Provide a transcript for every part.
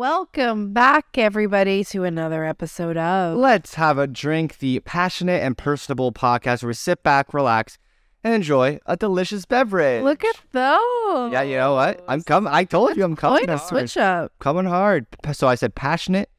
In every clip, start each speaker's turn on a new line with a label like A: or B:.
A: Welcome back, everybody, to another episode of
B: Let's have a drink, the passionate and personable podcast where we sit back, relax, and enjoy a delicious beverage.
A: Look at those.
B: yeah, you know what? I'm coming. I told you I'm coming
A: Quite a
B: hard.
A: switch up.
B: Coming hard. P- So I said passionate,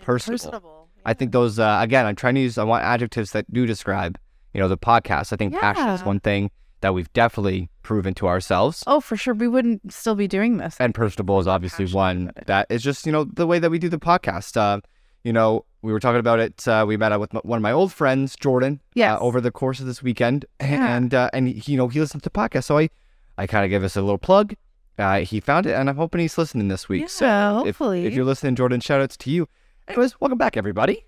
B: personable. I think those uh, again. I'm trying to use. I want adjectives that do describe. You know, the podcast. I think passion is
A: Yeah.
B: one thing that we've definitely proven to ourselves,
A: Oh, for sure. We wouldn't still be doing this.
B: and personable is obviously one that is just you know the way that we do the podcast. Uh, you know, we were talking about it. Uh, we met up with m- one of my old friends, Jordan,
A: Yes.
B: uh, over the course of this weekend,
A: Yeah.
B: and uh, and he, you know he listens to podcasts. So I, I kind of gave us a little plug. Uh, he found it, and I'm hoping he's listening this week.
A: Yeah,
B: so if-
A: hopefully.
B: if, you're listening, Jordan, shout outs to you. Anyways, welcome back, everybody.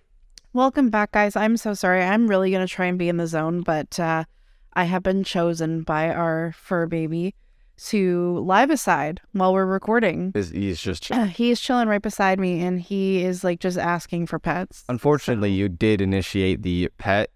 A: Welcome back, guys. I'm so sorry. I'm really going to try and be in the zone, but uh, I have been chosen by our fur baby to live aside while we're recording.
B: Is he's just
A: he is chilling right beside me and he is like just asking for pets.
B: unfortunately you did initiate the pet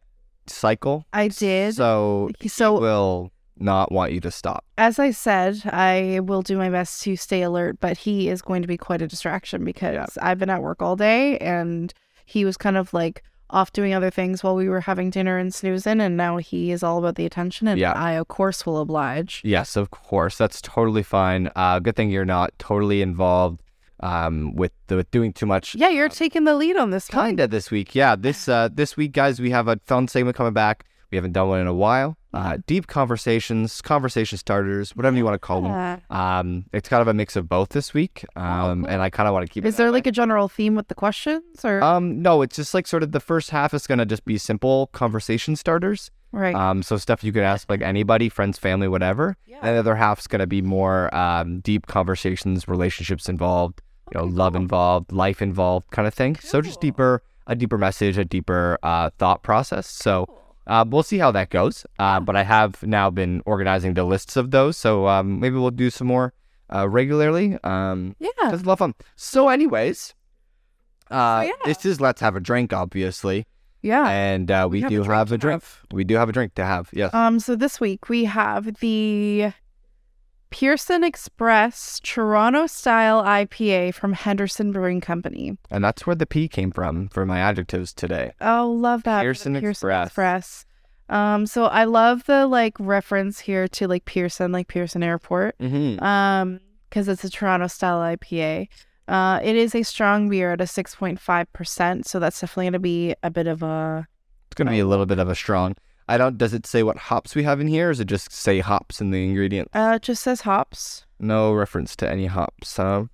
B: cycle,
A: I did.
B: so
A: He- so
B: will not want you to stop.
A: as I said, I will do my best to stay alert, but he is going to be quite a distraction because I've been at work all day and he was kind of like off doing other things while we were having dinner and snoozing. And now he is all about the attention. And
B: Yeah.
A: I, of course, will oblige.
B: Yes, of course. That's totally fine. Uh, good thing you're not totally involved um, with the, with doing too much
A: Yeah, you're taking the lead on this one.
B: Kinda this week, yeah. This uh, this week, guys, we have a fun segment coming back. We haven't done one in a while. Uh, deep conversations, conversation starters, whatever you want to call them.
A: Yeah. Oh,
B: Um, it's kind of a mix of both this week, um, and I kind of want to keep.
A: Is
B: it
A: there like a general theme with the questions or?
B: Um, no, it's just like sort of the first half is gonna just be simple conversation starters.
A: right.
B: Um, so stuff you can ask like anybody, friends, family, whatever. And the other half's gonna be more um, deep conversations, relationships involved, you know, love involved, life involved, kind of thing. So just deeper, a deeper message, a deeper uh, thought process. So. Uh, we'll see how that goes, uh, but I have now been organizing the lists of those, so um, maybe we'll do some more uh, regularly. Um,
A: yeah.
B: that's a lot of fun. So, anyways, uh,
A: yeah.
B: this is let's have a drink, obviously,
A: Yeah.
B: and uh, we,
A: have a
B: do
A: drink
B: have
A: to
B: a drink.
A: have.
B: We do have a drink to have. Yes.
A: Um, so this week we have the Pearson Express Toronto style IPA from Henderson Brewing Company.
B: and that's where the P came from for my adjectives today.
A: Oh, love that. for the
B: Pearson Express.
A: Express. Um, so I love the like reference here to like Pearson, like Pearson Airport.
B: Mm-hmm.
A: Um, because it's a Toronto style IPA. Uh, it is a strong beer at a 6.5%, so that's definitely going to be a bit of a
B: It's gonna be a little bit of a strong. I don't. Does it say what hops we have in here? Or does it just say hops in the ingredient?
A: uh it just says hops.
B: No reference to any hops. So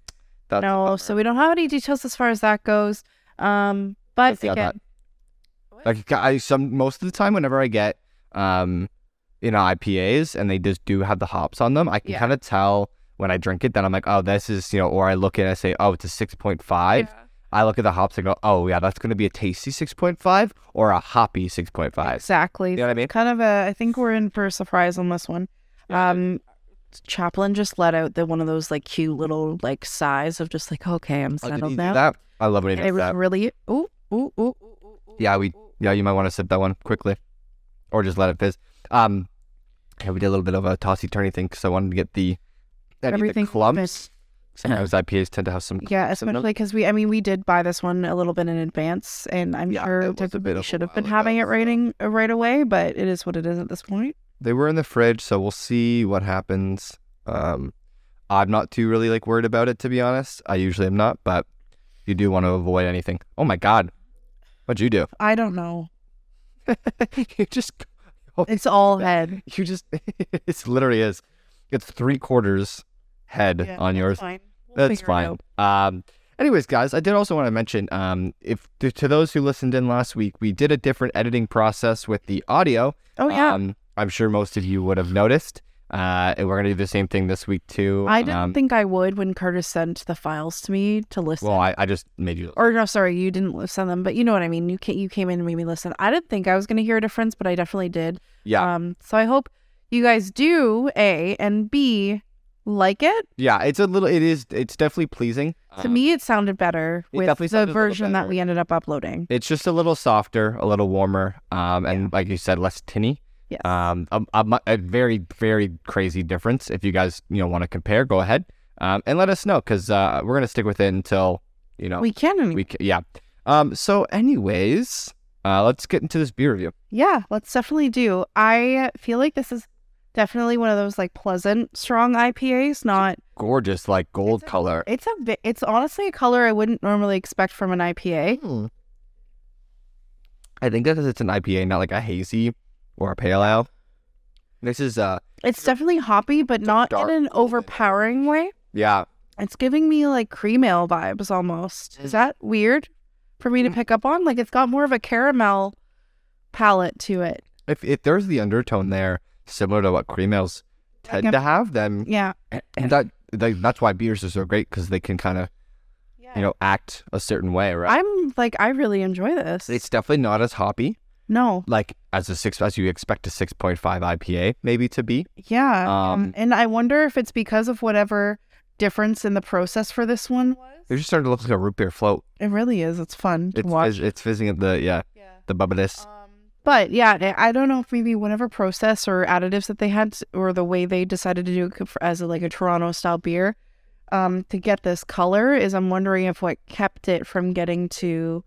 B: that's a
A: no,
B: bummer.
A: so we don't have any details as far as that goes. Um, but
B: Let's see how
A: again,
B: like I some most of the time whenever I get um you know IPAs and they just do have the hops on them, I can
A: Yeah.
B: kind of tell when I drink it that I'm like, oh, this is you know, or I look at it and I say, oh, it's a six point five. I look at the hops and go, oh yeah, that's gonna be a tasty six point five or a hoppy six point five.
A: exactly.
B: You know what I mean?
A: Kind of a, I think we're in for a surprise on this one. Um, Chaplin just let out the one of those like cute little like sighs of just like, okay, I'm
B: Oh, did
A: settled
B: he do
A: now.
B: that? I love when he
A: It
B: does
A: was
B: that.
A: really ooh ooh ooh. ooh, ooh, ooh,
B: Yeah, we
A: ooh.
B: yeah, you might want to sip that one quickly. Or just let it fizz. Um yeah, we did a little bit of a tossy turny thing because I wanted to get the I need
A: Everything
B: the clumps.
A: fits.
B: Sometimes IPAs tend to have some
A: Yeah,
B: clumps in them.
A: especially because we, I mean, we did buy this one a little bit in advance, and I'm
B: Yeah,
A: sure
B: it was a bit
A: we
B: of a
A: should have
B: while
A: been
B: ago,
A: having it
B: so-
A: rating uh, right away, but it is what it is at this point.
B: they were in the fridge, so we'll see what happens. Um, I'm not too really like worried about it to be honest. I usually am not, but you do want to avoid anything. Oh my god, what'd you do?
A: I don't know.
B: you just,
A: It's all head.
B: you just, it literally is. It's three quarters head
A: Yeah,
B: on yours.
A: Fine. We'll
B: That's
A: figure it out.
B: fine. Um, anyways, guys, I did also want to mention um, if to, to those who listened in last week, we did a different editing process with the audio.
A: Oh yeah.
B: Um, I'm sure most of you would have noticed. Uh, and we're going to do the same thing this week, too.
A: I didn't
B: Um,
A: think I would when Curtis sent the files to me to listen.
B: Well, I, I just made you.
A: or no, sorry, you didn't li- send them, but you know what I mean. You ca- you came in and made me listen. I didn't think I was going to hear a difference, but I definitely did.
B: Yeah.
A: Um, so I hope you guys do a and b like it.
B: yeah. It's a little, it is, it's definitely pleasing.
A: to
B: Um,
A: me, it sounded better
B: it
A: with
B: definitely
A: the
B: sounded a little
A: version that
B: better.
A: we ended up uploading.
B: it's just a little softer, a little warmer. Um, and like you said, less tinny.
A: Yes.
B: Um, a, a, mu- a very, very crazy difference. If you guys, you know, want to compare, go ahead. Um, and let us know because uh, we're going to stick with it until you know
A: we can. Any-
B: we ca- yeah um so anyways uh let's get into this beer review
A: yeah, let's definitely do. I feel like this is definitely one of those like pleasant, strong IPAs. Not
B: gorgeous like gold
A: It's a-
B: color
A: it's a bit. It's honestly a color I wouldn't normally expect from an IPA.
B: Hmm. i think that it's an ipa not like a hazy or a pale ale this is uh
A: It's definitely hoppy, but not
B: dark
A: in an
B: golden.
A: overpowering way.
B: yeah
A: It's giving me like cream ale vibes almost. Is that weird for me to
B: Mm.
A: pick up on? Like it's got more of a caramel palette to it.
B: if, if there's the undertone there similar to what cream ales
A: Like
B: tend
A: a-
B: to have then
A: Yeah.
B: that they, that's why beers are so great because they can kind of you know act a certain way right
A: I'm like I really enjoy this.
B: It's definitely not as hoppy,
A: no.
B: like as a six as you expect a six point five IPA maybe to be.
A: Yeah. Um,
B: Um,
A: and I wonder if it's because of whatever difference in the process for this one.
B: It's just starting to look like a root beer float.
A: It really is. It's fun to
B: It's
A: watch.
B: fizz- it's fizzing at the yeah
A: yeah.
B: the bubbiness.
A: Um, but yeah, I I don't know if maybe whatever process or additives that they had or the way they decided to do it for- as a, like a Toronto style beer um, to get this color is I'm wondering if what kept it from getting to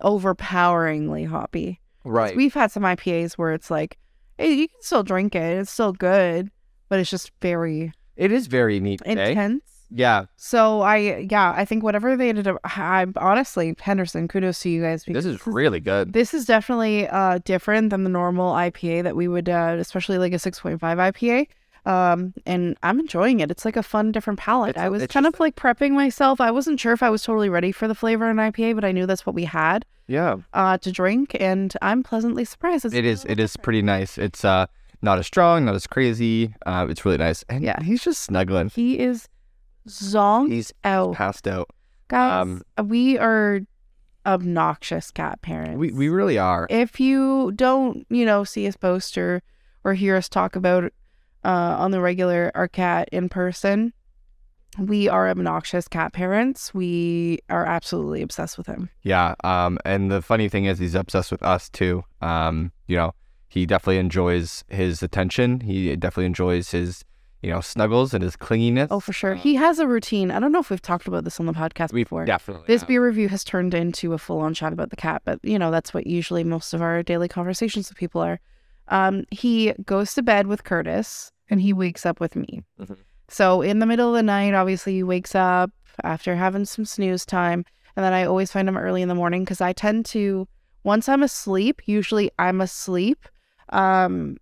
A: overpoweringly hoppy. 'Cause
B: Right.
A: We've had some IPAs where it's like, hey, you can still drink it. It's still good, but it's just very
B: It is very neat. eh?
A: intense.
B: Yeah.
A: So I, yeah, I think whatever they ended up, I'm honestly, Henderson, kudos to you guys.
B: This
A: because
B: is really good.
A: this is definitely uh, different than the normal IPA that we would, uh, especially like a 6.5 IPA. Um, and I'm enjoying it. It's like a fun, different palette.
B: It's-
A: I was
B: it's
A: kind
B: just
A: of like prepping myself. I wasn't sure if I was totally ready for the flavor in IPA, but I knew that's what we had
B: Yeah.
A: uh, to drink, and I'm pleasantly surprised. It's
B: It is
A: a little
B: it is
A: different.
B: pretty nice. It's uh not as strong, not as crazy. Uh, it's really nice. And
A: Yeah.
B: he's just snuggling.
A: He is zonked
B: He's
A: out,
B: passed out.
A: guys.
B: um,
A: we are obnoxious cat parents.
B: We we really are.
A: if you don't, you know, see us post or, or hear us talk about uh, on the regular our cat in person, we are obnoxious cat parents. We are absolutely obsessed with him.
B: Yeah. Um, and the funny thing is, he's obsessed with us too. Um, you know, he definitely enjoys his attention. He definitely enjoys his, you know, snuggles and his clinginess.
A: Oh, for sure. He has a routine. I don't know if we've talked about this on the podcast
B: Uh, We've
A: before.
B: definitely
A: This
B: have.
A: beer review has turned into a full on chat about the cat, but you know, that's what usually most of our daily conversations with people are. Um, he goes to bed with Curtis and he wakes up with me.
B: Mhm.
A: So in the middle of the night, obviously, he wakes up after having some snooze time. And then I always find him early in the morning because I tend to, once I'm asleep, usually I'm asleep um,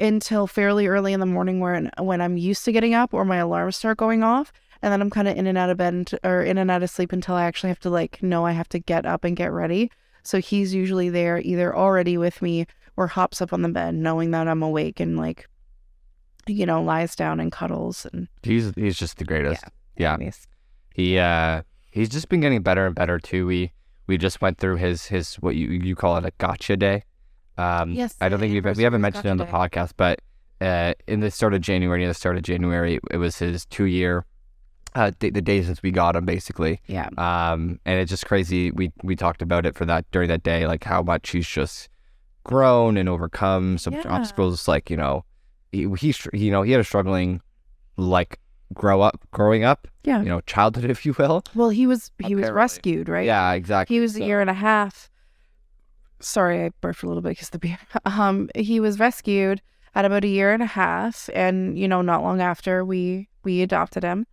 A: until fairly early in the morning when, when I'm used to getting up or my alarms start going off and then I'm kind of in and out of bed unt- or in and out of sleep until I actually have to like know I have to get up and get ready. So he's usually there either already with me or hops up on the bed knowing that I'm awake and like you know lies down and cuddles and
B: He's he's just the greatest. Yeah.
A: Anyways.
B: He uh he's just been getting better and better too. We we just went through his his what you you call it a gotcha day. Um,
A: Yes,
B: I don't
A: the
B: think we've we
A: anniversary
B: haven't
A: of
B: mentioned it on the podcast, but uh, in the start of January, near the start of January, it was his two year. Uh, d- the day since we got him, basically,
A: yeah
B: um, and it's just crazy. We we talked about it for that during that day, like how much he's just grown and overcome some
A: Yeah.
B: obstacles. Like you know, he, he str- you know he had a struggling like grow up growing up,
A: yeah
B: you know, childhood if you will.
A: well he was he was
B: Apparently.
A: rescued right
B: Yeah, exactly.
A: he was a
B: So-
A: year and a half sorry i burped a little bit because the beer um he was rescued at about a year and a half and you know not long after we we adopted him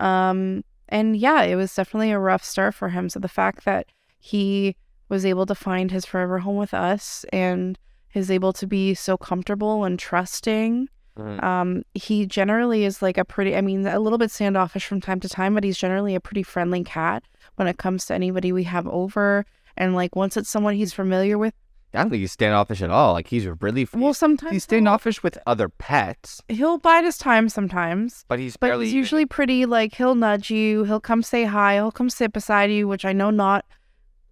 A: um and yeah it was definitely a rough start for him so the fact that he was able to find his forever home with us and is able to be so comfortable and trusting um, he generally is like a pretty, I mean, a little bit standoffish from time to time, but he's generally a pretty friendly cat when it comes to anybody we have over. And like once it's someone he's familiar with,
B: I don't think he's standoffish at all. Like he's really
A: well, sometimes
B: he's
A: he'll-
B: standoffish with other pets,
A: He'll bite his time sometimes,
B: but he's
A: but
B: barely
A: he's
B: even-
A: usually pretty. Like he'll nudge you, he'll come say hi, he'll come sit beside you, which I know not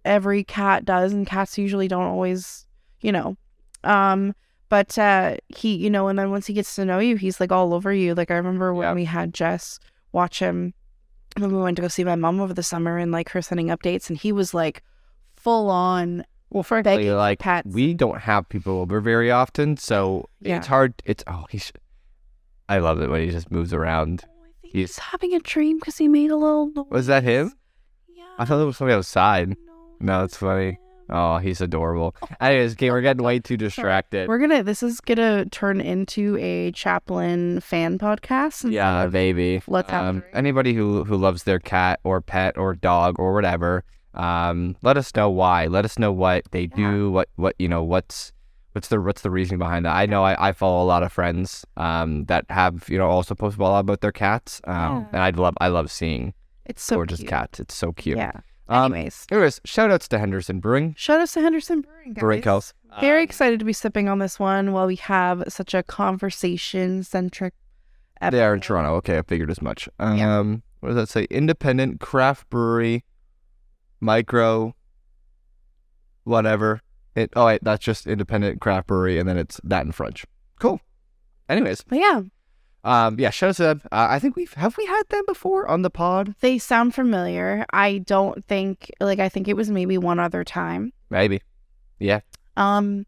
A: every cat does, and cats usually don't always, you know. Um, but uh, he, you know, and then once he gets to know you, he's like all over you. Like I remember when
B: Yeah.
A: we had Jess watch him when we went to go see my mom over the summer, and like her sending updates, and he was like full on
B: well, frankly, um,
A: begging for
B: like
A: pets.
B: we don't have people over very often, so
A: Yeah.
B: it's hard. It's oh, he's. I love it when he just moves around.
A: Oh, I think
B: He's-
A: he's having a dream because he made a little.
B: Was that him? I thought it was somebody outside. No, that's funny. Oh, he's adorable. Anyways, okay, we're getting way too distracted.
A: We're gonna. This is gonna turn into a Chaplin fan podcast. and
B: Yeah, baby.
A: Let's have
B: Um,
A: three.
B: anybody who who loves their cat or pet or dog or whatever, um, let us know why. Let us know what they do. What what you know. What's what's the what's the reasoning behind that? I know I, I follow a lot of friends um, that have you know also posted a lot about their cats. Um,
A: Yeah.
B: and I love I love seeing
A: It's so
B: gorgeous
A: cute.
B: cats. It's so cute.
A: Yeah.
B: Um,
A: Anyways,
B: Anyways, shout outs to Henderson Brewing.
A: shout out to Henderson Brewing. Guys.
B: Brewing House.
A: Very
B: Um,
A: excited to be sipping on this one while we have such a conversation centric.
B: They are in Toronto. Okay, I figured as much. Um,
A: Yeah.
B: what does that say? Independent craft brewery, micro, whatever. It. Oh, wait, that's just independent craft brewery, and then it's that in French. Cool. Anyways,
A: But yeah,
B: um, yeah, shout out to them. Uh, I think we've have we had them before on the pod.
A: they sound familiar. I don't think like I think it was maybe one other time.
B: Maybe.
A: Um,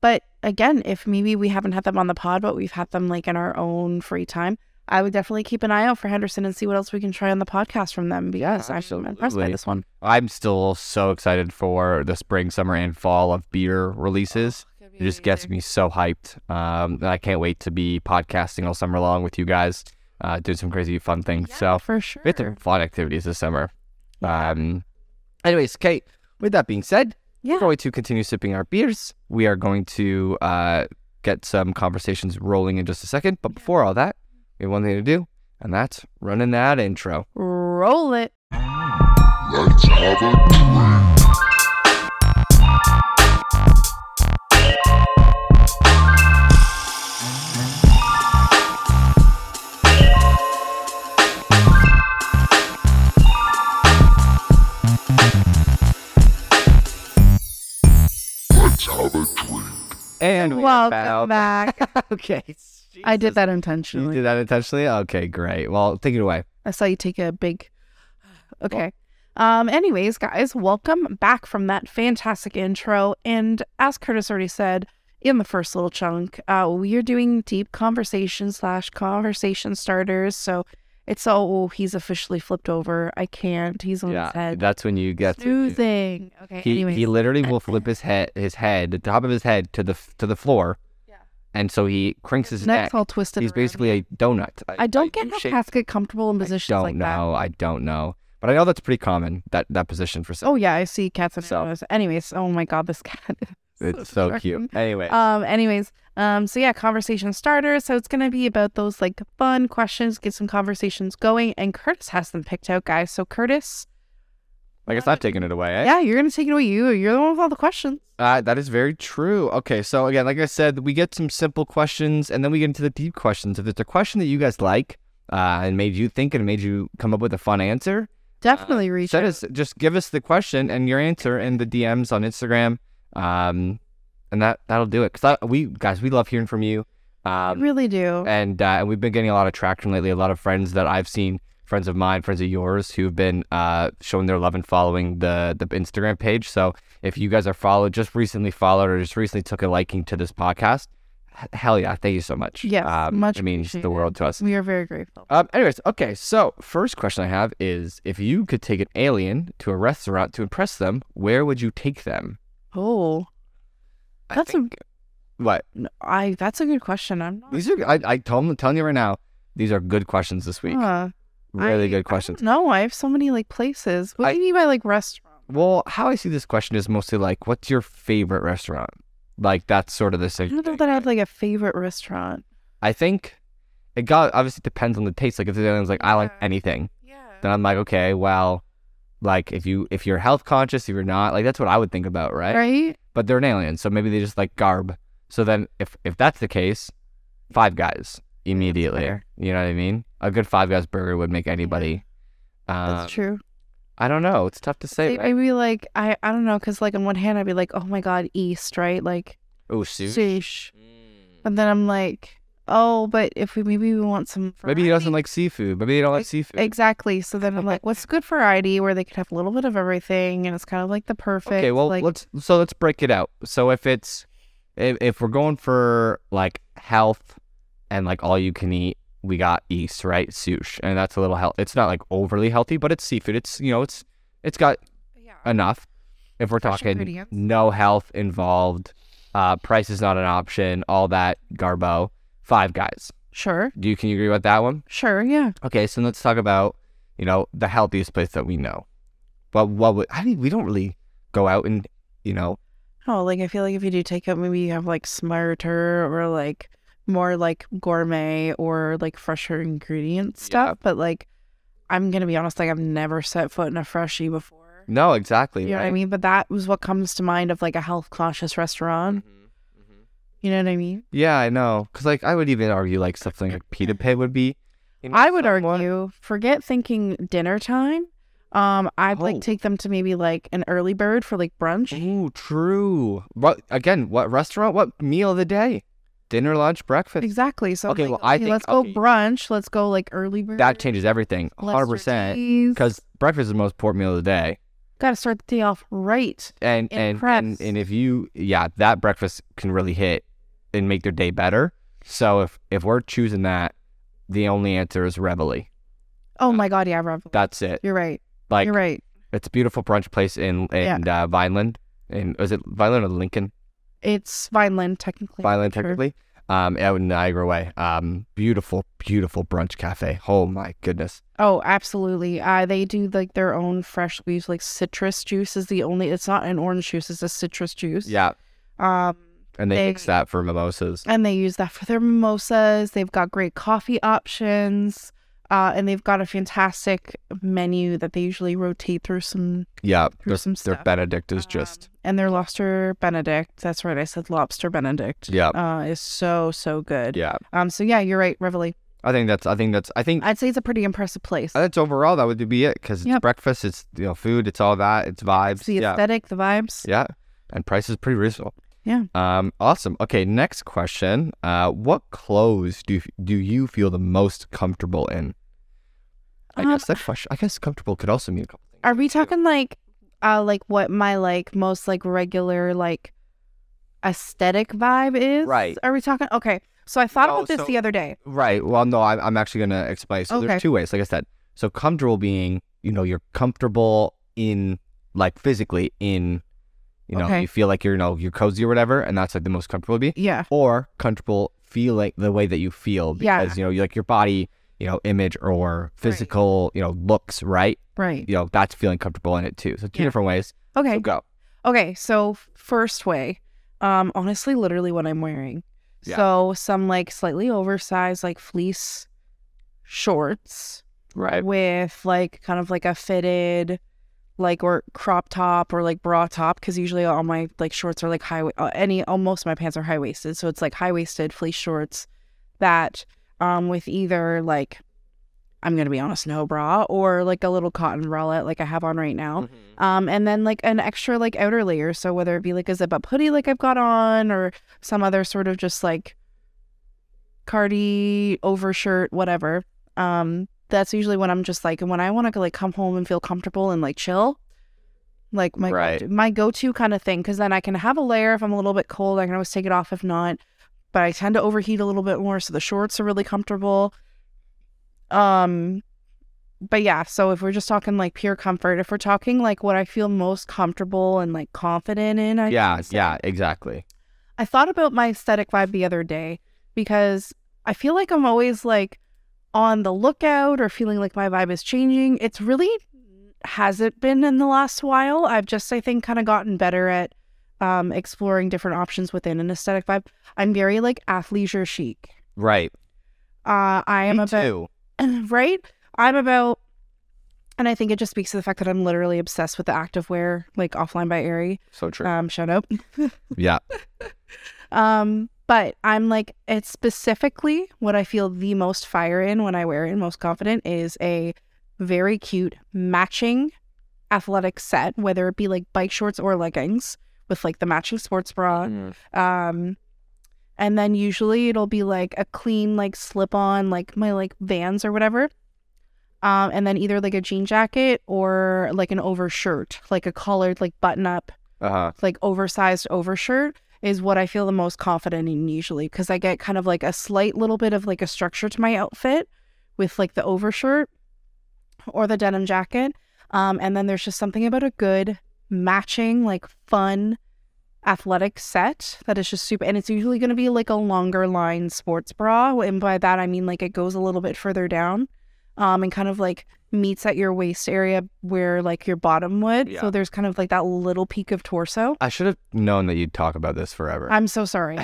A: but again, if maybe we haven't had them on the pod, but we've had them like in our own free time, I would definitely keep an eye out for Henderson and see what else we can try on the podcast from them because I'm impressed by
B: absolutely.
A: this one.
B: I'm still so excited for the spring, summer, and fall of beer releases. It just gets me so hyped. Um, and I can't wait to be podcasting all summer long with you guys, uh, doing some crazy fun things. So
A: for sure.
B: we have some fun activities this summer. Um, anyways, Kate, with that being said,
A: Yeah.
B: we're going to continue sipping our beers. We are going to uh, get some conversations rolling in just a second. But before all that, we have one thing to do, and that's running that intro.
A: Roll it.
C: Let's have a drink. Let's have a drink.
B: And we are
A: Welcome
B: back.
A: back.
B: okay.
A: I did that
B: You
A: intentionally.
B: did that intentionally? Okay, great. Well, take it away.
A: I saw you take a big. Okay. Um. Anyways, guys, welcome back from that fantastic intro. And as Curtis already said in the first little chunk, uh, we are doing deep conversation slash conversation starters. So it's all oh, he's officially flipped over. I can't. He's on his head.
B: that's when you get to-
A: Snoozing. Okay.
B: he
A: anyways.
B: he literally will flip his head his head the top of his head to the f- to the floor.
A: Yeah.
B: And so he crinks his,
A: His
B: neck.
A: neck's all twisted.
B: He's
A: around.
B: basically a donut.
A: I don't
B: do
A: get how
B: shake-
A: cats get comfortable in positions
B: don't
A: like
B: know.
A: that.
B: I don't know. But I know that's pretty common that that position for some.
A: Oh yeah, I see cats in
B: So-
A: photos. Anyways, oh my god, this cat. is
B: it's so
A: distracting.
B: cute. Anyway,
A: Um. Anyways. Um. So yeah, conversation starter. So it's gonna be about those like fun questions, get some conversations going, and Curtis has them picked out, guys. So Curtis,
B: I guess I've taken it away. Eh?
A: yeah, you're gonna take it away. You, you're the one with all the questions.
B: Uh, that is very true. Okay, so again, like I said, we get some simple questions and then we get into the deep questions. If it's a question that you guys like uh, and made you think and made you come up with a fun answer,
A: Definitely reach.
B: Send
A: out.
B: us just give us the question and your answer in the DMs on Instagram, um, and that that'll do it. Cause I, we guys, we love hearing from you,
A: I
B: um,
A: really do.
B: and uh, we've been getting a lot of traction lately. A lot of friends that I've seen, friends of mine, friends of yours, who've been uh, showing their love and following the the Instagram page. So if you guys are followed, just recently followed or just recently took a liking to this podcast, h- hell yeah, thank you so much. Um,
A: Yes, much
B: it means the
A: appreciated.
B: world to us.
A: We are very grateful.
B: Um, anyways, okay. So first question I have is: If you could take an alien to a restaurant to impress them, where would you take them?
A: Oh, that's
B: I think, what
A: a no, I. That's a good question. I'm not.
B: these are. I I told them, telling you right now, these are good questions this week.
A: Huh.
B: really
A: I-
B: good questions.
A: No, I have so many like places. What
B: I-
A: do you mean by like restaurant?
B: Well, how I see this question is mostly like, what's your favorite restaurant? Like that's sort of the
A: I
B: same.
A: don't know
B: thing.
A: that I have like a favorite restaurant.
B: I think it got obviously depends on the taste. Like if the alien's like, I like
A: Yeah.
B: anything,
A: Yeah.
B: then I'm like, okay, well, like if you if you're health conscious, if you're not, like that's what I would think about, right?
A: Right.
B: but they're an alien, so maybe they just like garb. So then, if if that's the case, Five Guys immediately.
A: fair.
B: You know what I mean? A good Five Guys burger would make anybody. Uh,
A: That's true.
B: I don't know. It's tough to say.
A: I'd be like, I, I don't know, because like on one hand I'd be like, oh my god, East, right? Like
B: Oh,
A: sushi. And then I'm like, oh, but if we maybe we want some
B: Maybe he doesn't
A: variety."
B: like seafood. Maybe they don't like seafood.
A: exactly. So then I'm like, what's good variety where they could have a little bit of everything, and it's kind of like the perfect.
B: Okay, well,
A: like,
B: let's so let's break it out. So if it's if, if we're going for like health and like all you can eat, we got East, right? Sush, and that's a little health. It's not like overly healthy, but it's seafood. It's you know, it's It's got
A: Yeah.
B: enough. If we're
A: Fresh
B: talking
A: ingredients.
B: no health involved, uh, price is not an option, all that garbo. Five guys.
A: Sure.
B: Do you can you agree with that one?
A: Sure. Yeah.
B: Okay, so let's talk about you know the healthiest place that we know. But what would I mean? We don't really go out and you know
A: Oh, like I feel like if you do takeout, maybe you have like smarter or like more like gourmet or like fresher ingredient stuff. But like, I'm gonna be honest, like I've never set foot in a freshie before.
B: no exactly.
A: You know what I
B: right?
A: mean? But that was what comes to mind of like a health conscious restaurant. You know what I mean?
B: Yeah, I know. Cause like I would even argue like something like pita pit would be. you know,
A: I would
B: Mm, somewhat-
A: argue, forget thinking dinner time. Um, I'd
B: Oh.
A: like take them to maybe like an early bird for like brunch.
B: Ooh, true. What again? What restaurant? What meal of the day? Dinner, lunch, breakfast.
A: Exactly. So I'm
B: Mm-hmm. Okay,
A: like,
B: well, I think-
A: let's go
B: okay.
A: brunch. Let's go like early bird.
B: That changes everything, hundred percent. Because breakfast is the most important meal of the day,
A: got to start the day off right.
B: and
A: And
B: and,
A: preps.
B: and and if you yeah, that breakfast can really hit and make their day better. So if if we're choosing that, the only answer is Reveille.
A: Oh my god, yeah, Rob.
B: That's it.
A: You're right.
B: Like
A: You're right.
B: it's a beautiful brunch place in
A: Yeah.
B: in uh, Vineland, and is it Vineland or Lincoln?
A: It's Vineland technically.
B: Vineland,
A: Sure.
B: technically. Um, out in Niagara Way. Um, beautiful, beautiful brunch cafe. Oh my goodness.
A: Oh, absolutely. Uh, they do like their own fresh leaves, like citrus juice is the only. It's not an orange juice. It's a citrus juice.
B: Yeah,
A: Um,
B: and they,
A: They-
B: mix that for mimosas.
A: and they use that for their mimosas. They've got great coffee options. Uh, and they've got a fantastic menu that they usually rotate through some
B: Yeah,
A: through
B: their,
A: some
B: their
A: stuff.
B: Benedict is just
A: Um, and their lobster benedict. That's right. I said lobster benedict.
B: Yeah.
A: uh, is so so good.
B: yeah.
A: Um. So yeah, you're right, Reveille.
B: I think that's I think that's I think
A: I'd say it's a pretty impressive place.
B: that's overall that would be it because it's
A: Yep.
B: breakfast, it's you know food, it's all that, it's vibes.
A: It's the
B: yeah,
A: aesthetic, the vibes.
B: yeah, and price is pretty reasonable.
A: Yeah.
B: Um. Awesome. Okay. Next question. Uh, what clothes do do you feel the most comfortable in? I
A: Um,
B: guess that question. I guess comfortable could also mean a couple things.
A: Are we talking like, uh, like what my like most like regular like aesthetic vibe is?
B: Right.
A: Are we talking? Okay. So I thought
B: No,
A: about this
B: so-
A: the other day.
B: Right. Well, no, I'm, I'm actually going to explain. So
A: Okay.
B: there's two ways, like I said. So comfortable being, you know, you're comfortable in, like physically in, you know,
A: Okay.
B: you feel like you're, you know, you're cozy or whatever, and that's like the most comfortable to be.
A: Yeah.
B: Or comfortable feeling the way that you feel
A: Yeah.
B: because, you know, you like your body, you know, image or physical, you know, looks, right?
A: Right.
B: You know, that's feeling comfortable in it too. So two
A: Yeah.
B: different ways.
A: Okay.
B: So go.
A: Okay, so f- first way, um, honestly, literally what I'm wearing.
B: Yeah.
A: So some like slightly oversized like fleece shorts
B: Right.
A: with like kind of like a fitted like or crop top or like bra top because usually all my like shorts are like high uh, any almost my pants are high waisted so it's like high waisted fleece shorts that um with either like I'm gonna be honest no bra or like a little cotton bralette like I have on right now
B: Mm-hmm.
A: um, and then like an extra like outer layer. So whether it be like a zip up hoodie like I've got on or some other sort of just like cardi overshirt, whatever. Um, that's usually when I'm just like when I want to like come home and feel comfortable and like chill. Like my
B: Right.
A: go-to, my go-to kind of thing, because then I can have a layer if I'm a little bit cold. I can always take it off if not, but I tend to overheat a little bit more, so the shorts are really comfortable. Um, but yeah, so if we're just talking like pure comfort, if we're talking like what I feel most comfortable and like confident in, I
B: Yeah.
A: think so.
B: Yeah. Exactly.
A: I thought about my aesthetic vibe the other day because I feel like I'm always like on the lookout or feeling like my vibe is changing. It's really hasn't been in the last while. I've just, I think, kind of gotten better at um, exploring different options within an aesthetic vibe. I'm very like athleisure chic.
B: Right.
A: Uh, I am
B: Me
A: about
B: too.
A: right? I'm about, and I think it just speaks to the fact that I'm literally obsessed with the activewear, like offline by Aerie.
B: So true.
A: Um, shout out.
B: yeah.
A: Um, but I'm like, it's specifically what I feel the most fire in when I wear it and most confident is a very cute matching athletic set, whether it be like bike shorts or leggings with like the matching sports bra. Um, and then usually it'll be like a clean like slip on like my like Vans or whatever. Um, and then either like a jean jacket or like an overshirt, like a collared like button up
B: Uh huh.
A: like oversized overshirt is what I feel the most confident in usually because I get kind of like a slight little bit of like a structure to my outfit with like the overshirt or the denim jacket. Um, and then there's just something about a good matching, like fun athletic set that is just super. And it's usually going to be like a longer line sports bra. And by that, I mean like it goes a little bit further down um, and kind of like meets at your waist area where like your bottom would.
B: Yeah.
A: So there's kind of like that little peak of torso.
B: I should have known that you'd talk about this forever.
A: I'm so sorry.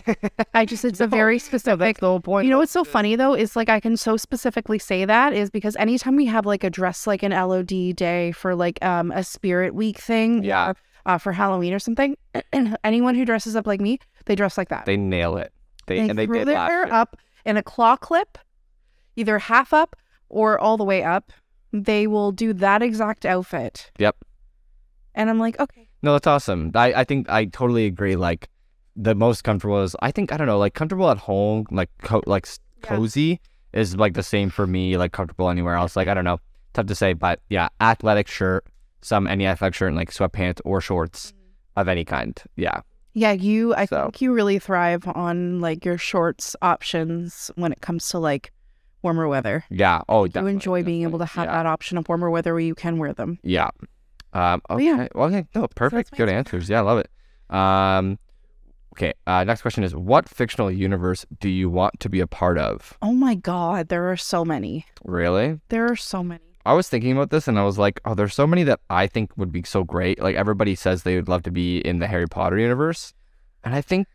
A: I just, it's a
B: No,
A: very specific.
B: the whole point.
A: You know what's so funny though is like I can so specifically say that is because anytime we have like a dress like an LOD day for like um a spirit week thing,
B: Yeah.
A: or, uh, for Halloween or something, anyone who dresses up like me, they dress like that.
B: they nail it. They, and they
A: threw
B: did
A: their
B: last
A: hair
B: year.
A: up in a claw clip, either half up or all the way up. They will do that exact outfit,
B: Yep.
A: and I'm like, okay,
B: No, that's awesome. I, I think I totally agree. Like the most comfortable is I think I don't know like comfortable at home like co- like s-
A: Yeah.
B: cozy is like the same for me like comfortable anywhere else like I don't know tough to say but yeah athletic shirt some any athletic shirt and like sweatpants or shorts
A: Mm.
B: of any kind yeah
A: yeah, you. I
B: So-
A: think you really thrive on like your shorts options when it comes to like warmer weather.
B: yeah oh
A: you enjoy being able to have
B: yeah.
A: that option of warmer weather where you can wear them.
B: yeah um
A: But
B: okay
A: yeah.
B: well, okay no perfect
A: my
B: good
A: answer.
B: answers yeah I love it um okay uh, next question is what fictional universe do you want to be a part of
A: Oh my God, there are so many.
B: really
A: There are so many.
B: I was thinking about this and I was like, oh, there's so many that I think would be so great. Like everybody says they would love to be in the Harry Potter universe. And I think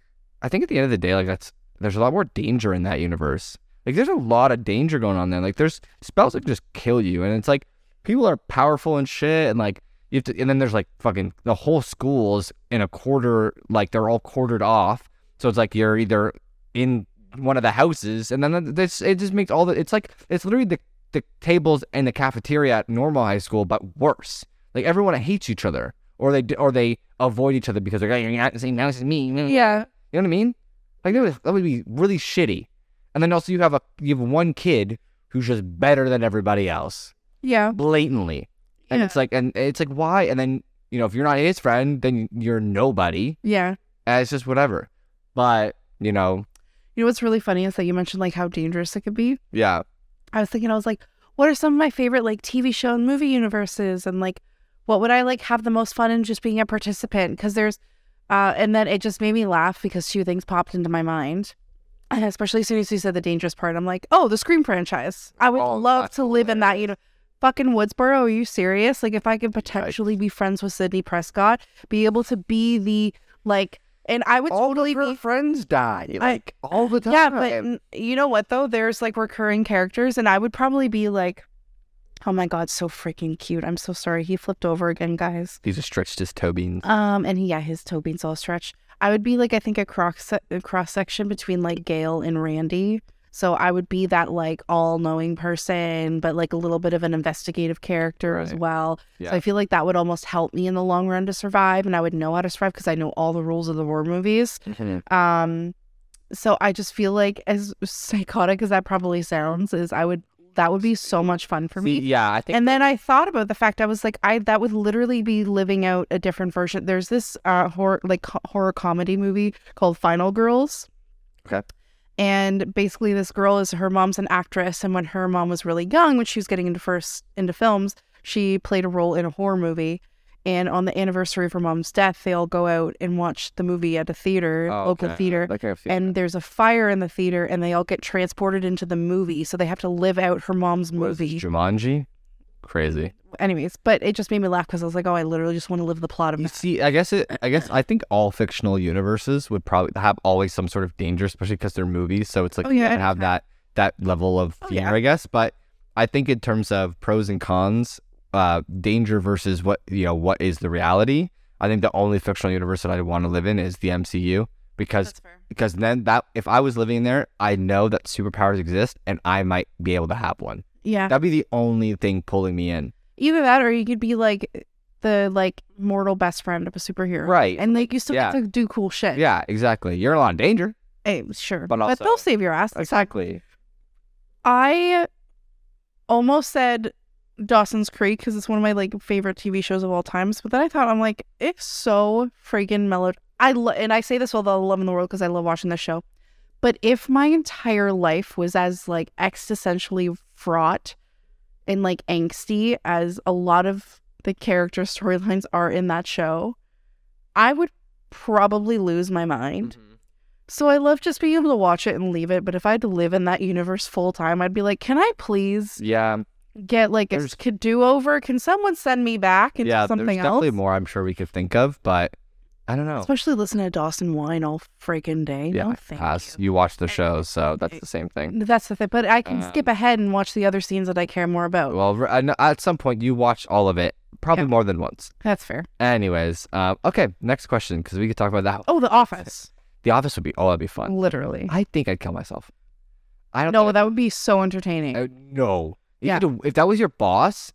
B: I think at the end of the day, like that's there's a lot more danger in that universe. Like there's a lot of danger going on there. Like there's spells that just kill you and it's like people are powerful and shit and like you have to and then there's like fucking the whole school's in a quarter like they're all quartered off. So it's like you're either in one of the houses and then this it just makes all the it's like it's literally the the tables in the cafeteria at normal high school, but worse. Like everyone hates each other, or they or they avoid each other because they're like, "Oh, you're not the same now as me. You
A: Yeah.
B: know what I mean? Like that would, that would be really shitty. And then also you have a you have one kid who's just better than everybody else,
A: Yeah.
B: blatantly. And
A: Yeah.
B: it's like and it's like why? And then you know if you're not his friend, then you're nobody.
A: Yeah.
B: And it's just whatever. But you know,
A: You know what's really funny is that you mentioned like how dangerous it could be.
B: yeah,
A: I was thinking, I was like, what are some of my favorite like TV show and movie universes? And like, what would I like have the most fun in just being a participant? Because there's, uh, and then it just made me laugh because two things popped into my mind. And especially as soon as you said the dangerous part, I'm like, oh, the Scream franchise. I would
B: Oh,
A: love
B: that's
A: to live in that, you know. Fucking Woodsboro, are you serious? Like, if I could potentially be friends with Sidney Prescott, be able to be the, like, and I would totally be
B: friends die
A: like,
B: all the time.
A: yeah, but n- you know what though? There's like recurring characters, and I would probably be like, "Oh my god, so freaking cute!" I'm so sorry he flipped over again, guys.
B: These are stretched as toe beans.
A: Um, and he, yeah, his toe beans all stretched. I would be like, I think a cross se- a cross section between like Gail and Randy. So I would be that like all knowing person, but like a little bit of an investigative character as
B: Right.
A: well.
B: Yeah.
A: So I feel like that would almost help me in the long run to survive, and I would know how to survive because I know all the rules of the war movies. Um, so I just feel like as psychotic as that probably sounds, is I would that would be so much fun for
B: See,
A: me.
B: Yeah, I think.
A: And then I thought about the fact I was like, I that would literally be living out a different version. There's this uh horror like co- horror comedy movie called Final Girls.
B: Okay.
A: And basically, this girl is her mom's an actress, and when her mom was really young, when she was getting into first into films, she played a role in a horror movie. And on the anniversary of her mom's death, they all go out and watch the movie at a theater,
B: Oh,
A: local
B: okay.
A: theater
B: Like I've seen
A: and there's a fire in the theater and they all get transported into the movie so they have to live out her mom's
B: that. What is this,
A: movie
B: Jumanji, crazy.
A: anyways but it just made me laugh because i was like oh i literally just want to live the plot of
B: You
A: that.
B: see, I guess it. I guess I think all fictional universes would probably have always some sort of danger, especially because they're movies. So it's like
A: Oh, yeah,
B: you can have that that level of
A: Oh,
B: fear,
A: yeah.
B: I guess. But I think in terms of pros and cons, uh, danger versus what you know, what is the reality? I think the only fictional universe that I want to live in is the MCU because
A: fair
B: because then that if I was living there, I know that superpowers exist and I might be able to have one.
A: yeah
B: That'd be the only thing pulling me in.
A: either that or you could be like the like mortal best friend of a superhero
B: Right.
A: and like you still
B: Yeah.
A: get to do cool shit
B: Yeah, exactly. You're in a lot of danger.
A: Eh, sure
B: But
A: but,
B: also-
A: they'll save your ass
B: Exactly.
A: i almost said dawson's creek because it's one of my like favorite tv shows of all times but then i thought i'm like it's so freaking mellow i lo- and i say this with all the love in the world because i love watching this show but if my entire life was as like existentially fraught and like angsty as a lot of the character storylines are in that show, I would probably lose my mind.
B: Mm-hmm.
A: So I love just being able to watch it and leave it. But if I had to live in that universe full time, I'd be like, can I please
B: Yeah,
A: get like a
B: There's-
A: could do over? Can someone send me back into
B: yeah. There's
A: something
B: definitely
A: else?
B: more I'm sure we could think of, but I don't know.
A: Especially listen to Dawson Wine all freaking day.
B: yeah,
A: no, thank
B: pass.
A: you.
B: You. watch the show, so that's the same thing.
A: That's the thing. But I can
B: Um,
A: skip ahead and watch the other scenes that I care more about.
B: Well, r- I know- at some point you watch all of it, probably
A: Yeah.
B: more than once.
A: That's fair.
B: Anyways, um, okay, next question because we could talk about that.
A: Oh, The Office.
B: The Office would be oh, that'd be fun.
A: Literally.
B: I think I'd kill myself. I don't.
A: No,
B: think
A: that would be so entertaining.
B: I- uh, no. If,
A: Yeah.
B: you- if that was your boss,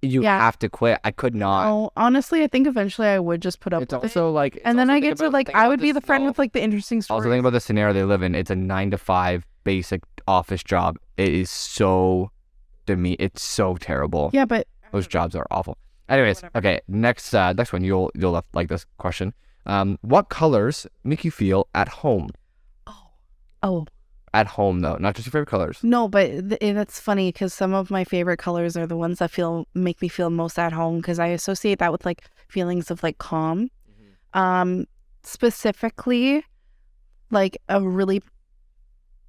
B: you
A: Yeah.
B: have to quit. I could not.
A: Oh, honestly, I think eventually I would just put up
B: it's
A: with it.
B: also like, it's
A: and then
B: also
A: I
B: think
A: get to
B: about-
A: like
B: think
A: I
B: about
A: would be
B: this
A: the friend
B: now.
A: with like the interesting story.
B: Also, think about the scenario they live in. It's a nine to five basic office job. It is so, to me, it's so terrible.
A: yeah, but
B: Those jobs are awful. Anyways,
A: Whatever.
B: okay. Next, uh, next one. You'll you'll love- like this question. Um, what colors make you feel at home?
A: oh, oh
B: At home though, not just your favorite colors.
A: no, but th- and that's funny because some of my favorite colors are the ones that feel make me feel most at home because I associate that with like feelings of like calm. Um, specifically, like a really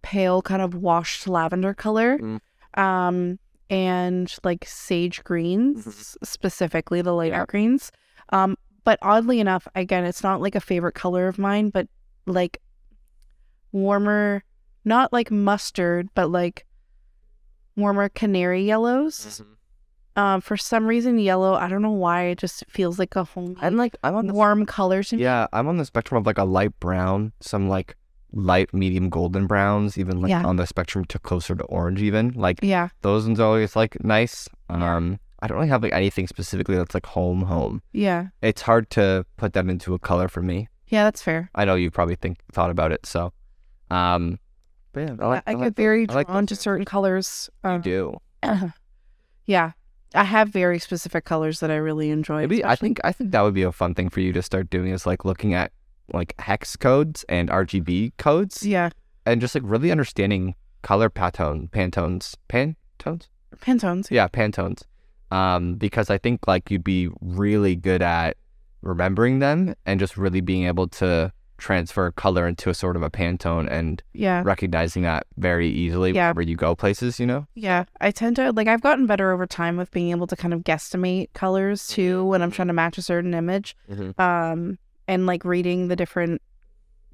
A: pale kind of washed lavender color.
B: Mm.
A: Um, and like sage greens, specifically the light
B: Mm-hmm. Yeah.
A: out greens. Um, but oddly enough, again, it's not like a favorite color of mine, but like warmer, not like mustard, but like warmer canary
B: Mm-hmm.
A: yellows. Um, for some reason, yellow, I don't know why, it just feels like a home
B: I'm like I'm on the
A: warm color to me.
B: yeah I'm on the spectrum of like a light brown, some like light medium golden browns, even like
A: Yeah.
B: on the spectrum to closer to orange. Even like
A: Yeah.
B: those ones are always like nice. Um, I don't really have like anything specifically that's like home home.
A: Yeah.
B: It's hard to put that into a color for me.
A: Yeah, that's fair.
B: I know you probably think thought about it, so um, but yeah, I like,
A: I,
B: I
A: I
B: like
A: get very
B: I like
A: drawn
B: those
A: to
B: answers.
A: certain colors.
B: what
A: uh,
B: you do.
A: yeah. I have very specific colors that I really enjoy.
B: Maybe I
A: especially-
B: think I think that would be a fun thing for you to start doing is like looking at like hex codes and RGB codes
A: Yeah.
B: and just like really understanding color patone pantones pantones
A: Pantones.
B: yeah pantones um because I think like you'd be really good at remembering them and just really being able to transfer color into a sort of a pantone and
A: Yeah.
B: recognizing that very easily
A: Yeah.
B: wherever you go places you know
A: Yeah, I tend to like I've gotten better over time with being able to kind of guesstimate colors
B: Mm-hmm.
A: too when I'm trying to match a certain image.
B: Mhm.
A: Um and like reading the different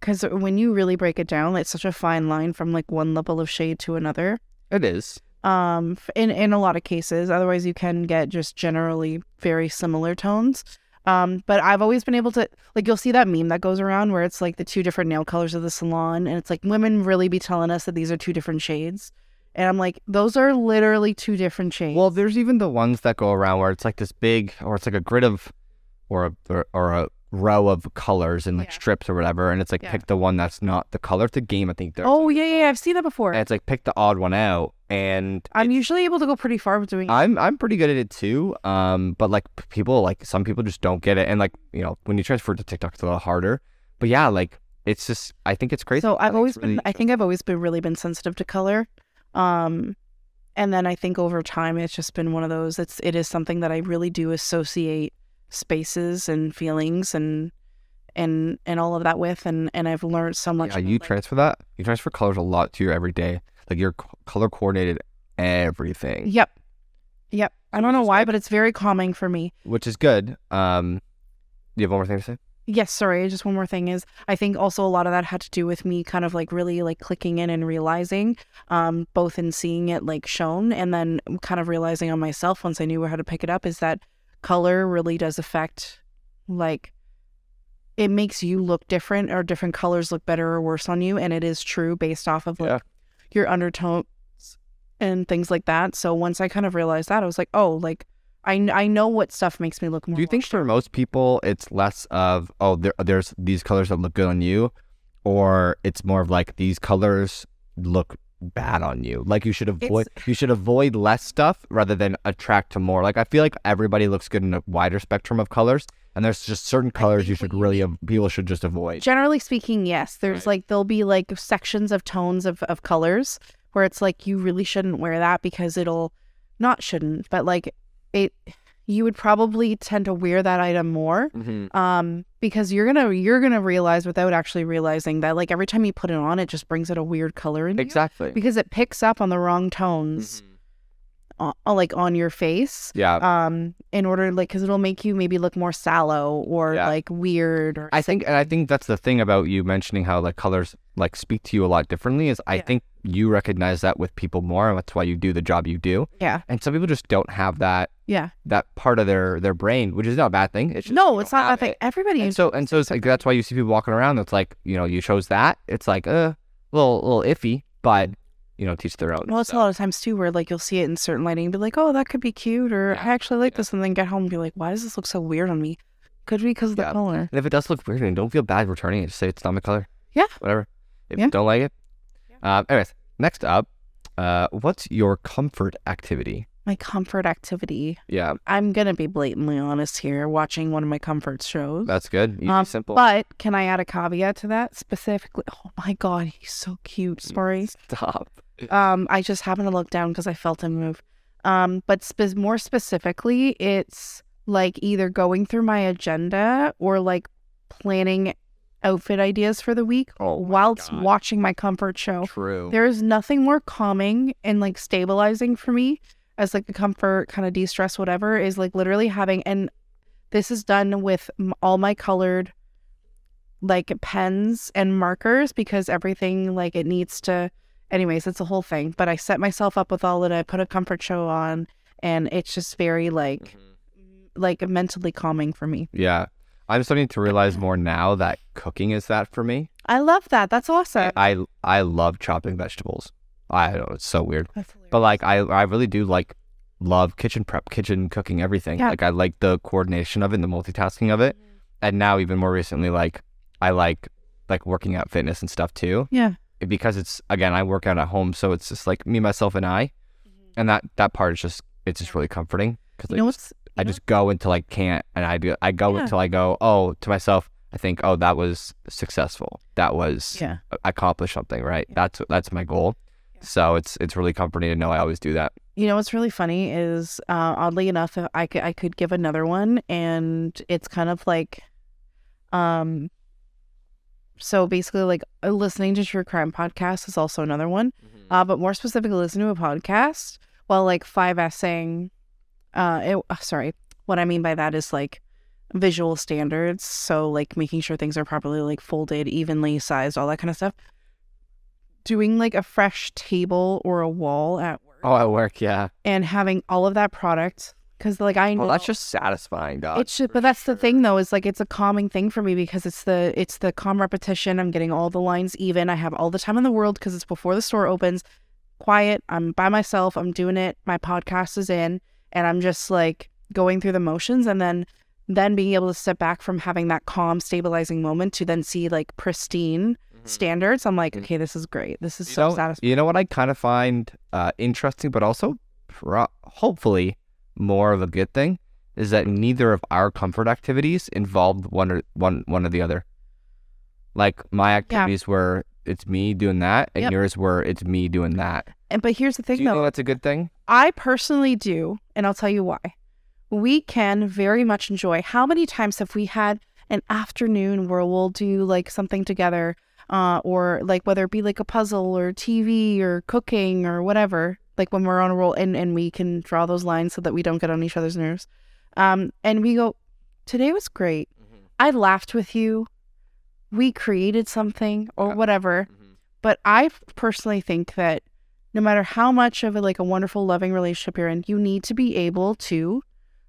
A: cuz when you really break it down, it's such a fine line from like one level of shade to another.
B: it is
A: Um f- in in a lot of cases, otherwise you can get just generally very similar tones. Um but I've always been able to like you'll see that meme that goes around where it's like the two different nail colors of the salon and it's like women really be telling us that these are two different shades. And I'm like, those are literally two different shades.
B: Well, there's even the ones that go around where it's like this big, or it's like a grid of, or a, or, or a row of colors and like
A: Yeah.
B: strips or whatever, and it's like
A: Yeah.
B: pick the one that's not the color. It's a game, I think. There.
A: oh yeah, yeah, yeah, I've seen that before.
B: And it's like pick the odd one out, and
A: I'm usually able to go pretty far with doing.
B: I'm I'm pretty good at it too. Um, but like p- people, like some people just don't get it, and like you know when you transfer to TikTok, it's a little harder. But yeah, like it's just I think it's crazy.
A: so
B: I think
A: I've
B: it's
A: always
B: really
A: been. I think I've always been really been sensitive to color. Um, and then I think over time, it's just been one of those. It's it is something that I really do associate spaces and feelings and and and all of that with, and and I've learned so much.
B: Yeah,
A: about,
B: you
A: like-
B: transfer that. You transfer colors a lot to your everyday. Like you're c- color coordinated everything.
A: Yep. Yep. I
B: So
A: don't
B: it's
A: know
B: just
A: why,
B: like-
A: but it's very calming for me.
B: which is good. Um, do you have one more thing to say?
A: Yes, sorry. Just one more thing is, I think also a lot of that had to do with me kind of like really like clicking in and realizing, um, both in seeing it like shown and then kind of realizing on myself once I knew how to pick it up is that color really does affect, like, it makes you look different or different colors look better or worse on you, and it is true based off of like
B: Yeah.
A: your undertones and things like that. So once I kind of realized that, I was like, oh, like I kn- I know what stuff makes me look more.
B: Do you think
A: washed
B: for most people it's less of oh there, there's these colors that look good on you, or it's more of like these colors look bad on you. Like you should avoid you should avoid less stuff rather than attract to more. Like I feel like everybody looks good in a wider spectrum of colors, and there's just certain colors
A: think
B: you
A: what
B: should
A: you
B: really av- people should just avoid.
A: generally speaking yes there's
B: Right.
A: like there'll be like sections of tones of, of colors where it's like you really shouldn't wear that because it'll not shouldn't but like it you would probably tend to wear that item more
B: Mm-hmm.
A: um because you're gonna you're gonna realize without actually realizing that like every time you put it on it just brings out a weird color in you
B: Exactly.
A: because it picks up on the wrong tones
B: Mhm.
A: o- like on your face
B: Yeah.
A: um in order like because it'll make you maybe look more sallow or
B: Yeah.
A: like weird or
B: I think, and I think that's the thing about you mentioning how like colors like speak to you a lot differently is I
A: Yeah.
B: think you recognize that with people more, and that's why you do the job you do.
A: Yeah.
B: And some people just don't have that
A: yeah
B: that part of their their brain, which is not a bad thing. It's just
A: no
B: you
A: it's
B: don't
A: not
B: have
A: that thing
B: it.
A: everybody
B: And so and so it's like that's why you see people walking around that's like you know you chose that. It's like uh little little iffy, but you know teach their own.
A: well it's a
B: so.
A: lot of times too where like you'll see it in certain lighting and be like oh that could be cute or
B: Yeah.
A: i actually like
B: Yeah.
A: this and then get home and be like why does this look so weird on me could be because of the
B: Yeah.
A: color
B: And if it does look weird, and don't feel bad returning it, just say it's not my color.
A: Yeah.
B: Whatever. If
A: Yeah.
B: you don't like it. Um, anyways, next up, uh, what's your comfort activity?
A: my comfort activity
B: Yeah,
A: i'm gonna be blatantly honest here watching one of my comfort shows
B: that's good. Easy,
A: Um,
B: simple.
A: but can i add a caveat to that specifically oh my god he's so cute sorry
B: Stop.
A: Um, I just happened to look down because I felt him move. Um, but spe- more specifically, it's like either going through my agenda or like planning outfit ideas for the week
B: Oh my
A: whilst
B: God.
A: watching my comfort show.
B: True.
A: There is nothing more calming and like stabilizing for me as like a comfort kind of de stress, whatever, is like literally having, and this is done with m- all my colored like pens and markers because everything like it needs to, anyways, it's a whole thing. But I set myself up with all that. I put a comfort show on and it's just very like, like mentally calming for me.
B: Mm-hmm. yeah. I'm starting to realize more now that cooking is that for me.
A: I love that. That's awesome.
B: I I love chopping vegetables. I don't know, it's so weird.
A: That's hilarious.
B: But like I I really do like love kitchen prep, kitchen cooking, everything.
A: Yeah.
B: Like I like the coordination of it, and the multitasking of
A: Mm-hmm.
B: it. And now even more recently, like I like like working out fitness and stuff too.
A: yeah.
B: Because it's again, I work out at home, so it's just like me, myself and I.
A: Mm-hmm.
B: And that that part is just it's just really comforting. Cause
A: You
B: like,
A: know what's,
B: I
A: you know-
B: just go until I can't and I do I go
A: Yeah.
B: until I go, oh, to myself, I think, oh, that was successful. That was
A: yeah.
B: accomplish something, right?
A: Yeah.
B: That's that's my goal.
A: Yeah.
B: So it's it's really comforting to know I always do that.
A: You know what's really funny is, uh, oddly enough, I could I could give another one, and it's kind of like, um, so basically, like uh, listening to true crime podcasts is also another one. Uh, but more specifically, listen to a podcast while like five essaying. Uh, it, uh, sorry, what I mean by that is like visual standards. So like making sure things are properly like folded, evenly sized, all that kind of stuff. Doing like a fresh table or a wall at work
B: Oh, at work, yeah.
A: and having all of that product because like I know
B: Well, that's just satisfying, dog.
A: it's just, but that's the thing though is like it's a calming thing for me because it's the it's the calm repetition. I'm getting all the lines even. I have all the time in the world because it's before the store opens. Quiet. I'm by myself. I'm doing it. My podcast is in, and I'm just like going through the motions, and then then being able to step back from having that calm stabilizing moment to then see like pristine standards. I'm like,
B: Mhm.
A: okay, this is great. This is
B: Hmm. you
A: so
B: know,
A: satisfying.
B: You know what I kind of find uh, interesting, but also pro- hopefully more of a good thing is that neither of our comfort activities involved one or one one or the other. Like my activities were it's me doing that, and
A: Yep.
B: yours were it's me doing that.
A: And but here's the
B: Do
A: thing
B: you
A: though.
B: think that's a good thing?
A: I personally do, and I'll tell you why. We can very much enjoy. How many times have we had an afternoon where we'll do like something together, uh, or like whether it be like a puzzle or TV or cooking or whatever, like when we're on a roll and, and we can draw those lines so that we don't get on each other's nerves. Um, and we go, Today was great. I laughed with you. We created something or
B: Yeah.
A: whatever but i personally think that no matter how much of a like a wonderful loving relationship you're in you need to be able to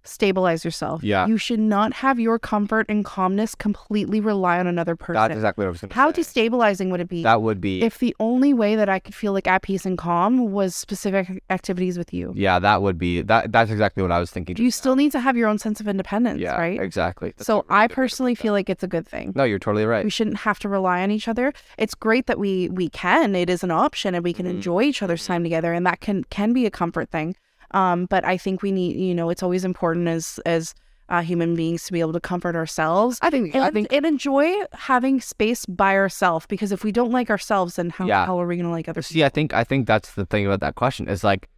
A: stabilize yourself
B: Yeah.
A: you should not have your comfort and calmness completely rely on another
B: That's
A: person
B: exactly what I was going to
A: how
B: say.
A: destabilizing would it be
B: that would be
A: if the only way that i could feel like at peace and calm was specific activities with you
B: Yeah, that would be that. That's exactly what I was thinking.
A: you
B: just
A: still need to have your own sense of independence
B: now. yeah,
A: right
B: exactly. That's a
A: so
B: really
A: i
B: good way to put
A: personally
B: that.
A: feel like it's a good thing
B: no, you're totally right.
A: we shouldn't have to rely on each other it's great that we we can it is an option and we can
B: Mhm.
A: enjoy each other's
B: Mhm.
A: time together and that can can be a comfort thing um but i think we need you know it's always important as as uh, human beings to be able to comfort ourselves
B: I think.
A: and,
B: I think.
A: and enjoy having space by ourselves because if we don't like ourselves then how,
B: Yeah.
A: how are we going to like others
B: See, I think. I think that's the thing about that question is like,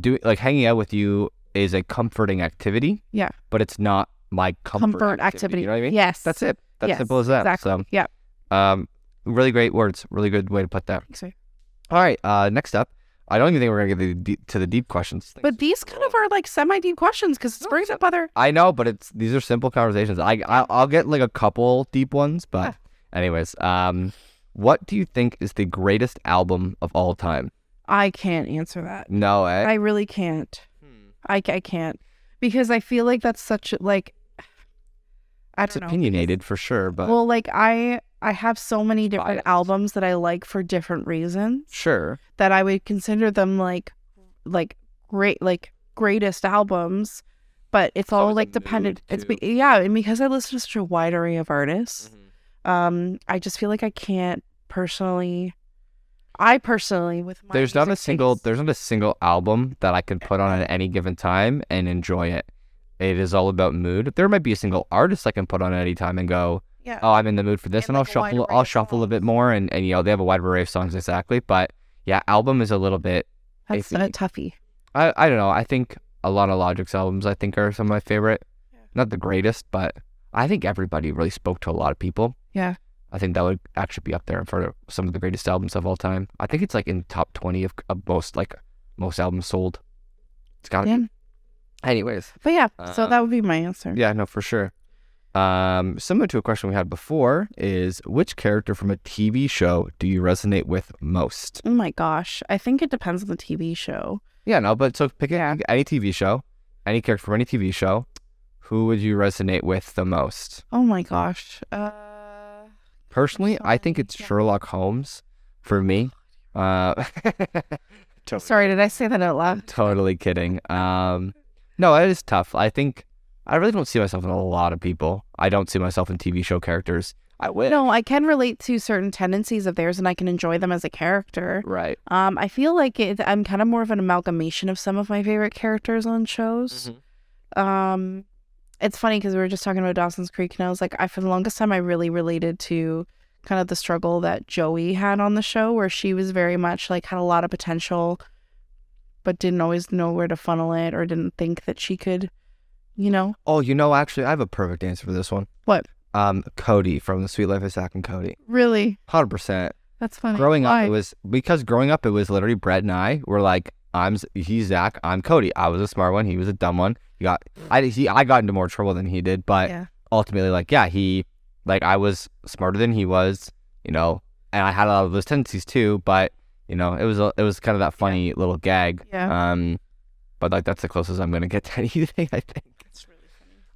B: do like hanging out with you is a comforting activity.
A: Yeah.
B: But it's not my comfort,
A: Comfort activity.
B: You know what I mean?
A: Yes.
B: That's it. That's
A: Yes,
B: simple as that.
A: Exactly.
B: So,
A: yeah.
B: um, really great words. Really good way to put that.
A: Thanks, babe.
B: All right. Uh, next up, I don't even think we're gonna get to the deep, to the deep questions. Thanks.
A: But these kind of are like semi deep questions because it brings up other.
B: I know, but it's these are simple conversations. I, I I'll get like a couple deep ones, but anyways, um, what do you think is the greatest album of all time?
A: I can't answer that.
B: No, eh? Hmm.
A: I really can't. I, I can't because I feel like that's such a- like. I
B: it's
A: don't know.
B: opinionated for sure, but
A: Well, like I I have so many different
B: biased.
A: albums that I like for different reasons.
B: sure.
A: that I would consider them like like great like greatest albums, but it's all
B: always a
A: like dependent.
B: mood,
A: It's
B: too.
A: be- yeah, and because I listen to such a wide array of artists,
B: Mm-hmm.
A: um, I just feel like I can't personally. I personally with my
B: there's not a
A: music
B: single
A: taste-
B: there's not a single album that I could put on at any given time and enjoy it. It is all about mood. There might be a single artist I can put on at any time and go,
A: yeah.
B: oh, I'm in the mood for this,
A: And,
B: and,
A: like, a
B: I'll
A: wide
B: shuffle
A: array
B: I'll
A: of
B: shuffle a bit
A: songs.
B: more, and and you know they have a wide array of songs exactly, but yeah, album is a little bit
A: that's
B: if
A: a
B: you-
A: toughie.
B: I, I don't know. I think a lot of Logic's albums I think are some of my favorite.
A: Yeah.
B: Not the greatest, but I think everybody really spoke to a lot of people.
A: Yeah.
B: I think that would actually be up there for some of the greatest albums of all time. I think it's like in the top twenty of, of most like most albums sold. It's got to
A: Yeah.
B: be. Anyways,
A: But yeah, so that
B: Um,
A: would be my answer.
B: yeah, no, for sure. Um, similar to a question we had before is which character from a TV show do you resonate with most?
A: Oh my gosh, I think it depends on the TV show.
B: Yeah, no, but so pick a any TV show, any character from any TV show, who would you resonate with the most?
A: Oh my gosh. Uh,
B: Personally, I think it's
A: Yeah. Oh,
B: Sherlock Holmes for me. Uh, totally,
A: sorry, did I say that out loud?
B: totally kidding. Um, no, it is tough. I think I really don't see myself in a lot of people. I don't see myself in TV show characters. I wish.
A: No, I can relate to certain tendencies of theirs and I can enjoy them as a character.
B: Right.
A: Um, I feel like it, I'm kind of more of an amalgamation of some of my favorite characters on
B: Mm-hmm.
A: shows. Um, it's funny because we were just talking about Dawson's Creek, and I was like, I for the longest time I really related to kind of the struggle that Joey had on the show, where she was very much like had a lot of potential, but didn't always know where to funnel it, or didn't think that she could, you know,
B: Oh, you know, actually, I have a perfect answer for this one.
A: What?
B: Um, Cody from The Sweet Life of Zach and Cody.
A: really.
B: Hundred percent.
A: That's funny.
B: growing up
A: Why?
B: it was because growing up it was literally Brett and I were like I'm Z- he's Zach I'm Cody I was a smart one he was a dumb one he got I he I got into more trouble than he did but
A: Yeah.
B: ultimately like yeah he like I was smarter than he was you know and I had a lot of those tendencies too but you know it was a, it was kind of that funny little gag
A: yeah.
B: um but like that's the closest I'm gonna get to anything I think.